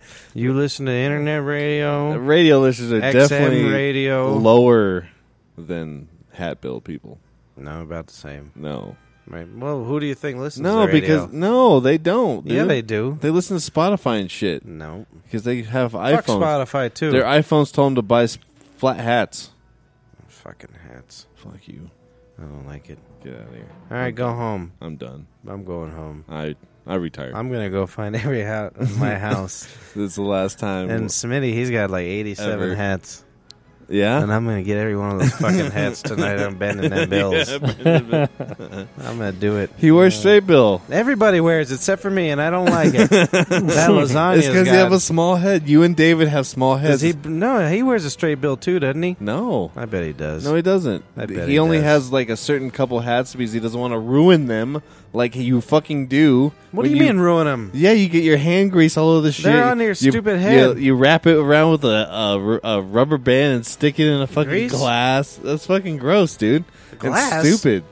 listen to internet radio, Radio listeners are definitely XM radio. lower than hat bill people. no, about the same. No, Right. Well, who do you think listens no, to radio? because no, they don't. yeah, dude. they do. They listen to Spotify and shit No, because they have fuck iPhones. Spotify too. Their iPhones told them to buy s- flat hats. Fucking hats. Fuck you. I don't like it. Get out of here. All right, go home. I'm done. I'm going home. I I retired. I'm gonna go find every hat in my house. this is the last time. and Smitty, he's got like 87 Ever. hats. yeah. And I'm gonna get every one of those fucking hats tonight. I'm bending them bills. I'm gonna do it. He wears straight bill. Everybody wears it except for me, and I don't like it. that lasagna. It's because you have a small head. You and David have small heads. Does he? No, he wears a straight bill too, doesn't he? no. I bet he does. No, he doesn't. I bet he, he only does. has like a certain couple hats because he doesn't want to ruin them like you fucking do. what do when you, mean ruin him? Yeah, you get your hand grease all over the shit. on your You- stupid you- head. You, wrap it around with a, a, ru- a rubber band and stick it in a fucking Grease? glass. That's fucking gross, dude. Glass? It's stupid.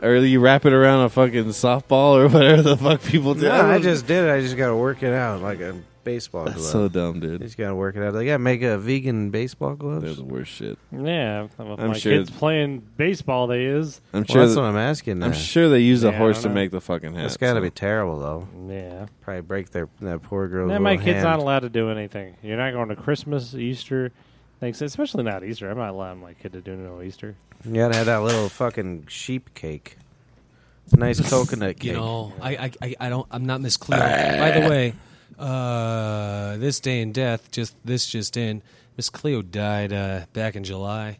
Or you wrap it around a fucking softball or whatever the fuck people do. No, don't I know. just did it. I just gotta work it out like a baseball glove. That's so dumb, you dude. just gotta work it out. They gotta make a vegan baseball gloves. They're the worst shit. Yeah, if I'm my sure kids th- playing baseball. They is. I'm Well, sure. that's that- what I'm asking. Now. I'm sure they use a Yeah, I horse don't to know. make the fucking hat. That's gotta so. be terrible though. Yeah. Probably break their that poor girl's Man, my little kid's not hand. allowed to do anything. You're not going to Christmas, Easter, things, especially not Easter. I'm not allowing my kid to do no Easter. You gotta have that little fucking sheep cake. Nice coconut cake. You know, I, I, I, I don't. I'm not Miss Cleo. By the way, uh, this day in death, just this just in, Miss Cleo died uh, back in July.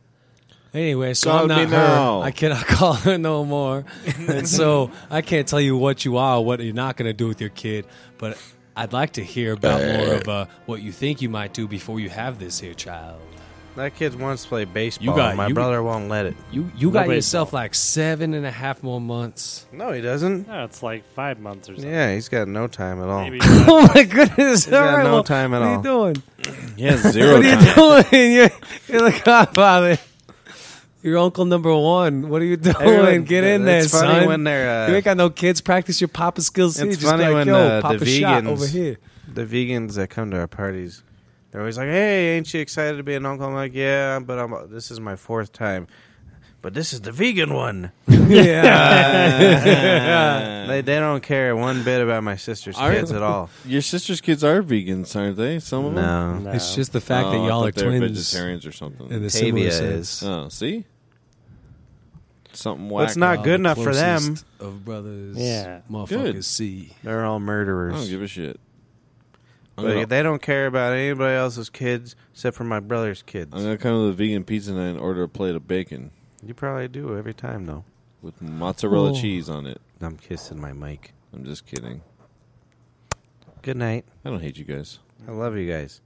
Anyway, so Call I'm me not now. her. I cannot call her no more, and so I can't tell you what you are, what you're not going to do with your kid. But I'd like to hear about more of uh, what you think you might do before you have this here child. That kid wants to play baseball. You got- my you- brother won't let it. You you got Nobody's- yourself like seven and a half more months. No, he doesn't. No, it's like five months or something. Yeah, he's got no time at all. Maybe oh my goodness! got no time at all. What are you doing? He has zero What are you time. doing? You're, you're the godfather. Your uncle number one. What are you doing? Everyone- Get in there, it's funny son. when they're, uh, you ain't got no kids. Practice your papa skills. too. It's Just be funny like, when, yo, uh, pop the a shot vegans- over here. The vegans that come to our parties, they're always like, "Hey, ain't you excited to be an uncle?" I'm like, "Yeah, but I'm. This is my fourth time." But this is the vegan one. yeah. They, they don't care one bit about my sister's Are- kids at all. Your sister's kids are vegans, aren't they? Some of them. No. No. It's just the fact Oh, that I y'all thought are they were twins. vegetarians or in something. the similar Tavia sense. is. Oh, see, Oh, something whack. What's not good enough for them? Of brothers, Yeah. motherfuckers Good. see. They're all I don't murderers. give a shit. I'm Like, gonna, they don't care about anybody else's kids except for my brother's kids. I'm gonna come to the vegan pizza night and order a plate of bacon you probably do every time, though. with mozzarella Oh. cheese on it. I'm kissing my mic. I'm just kidding. Good night. I don't hate you guys. I love you guys.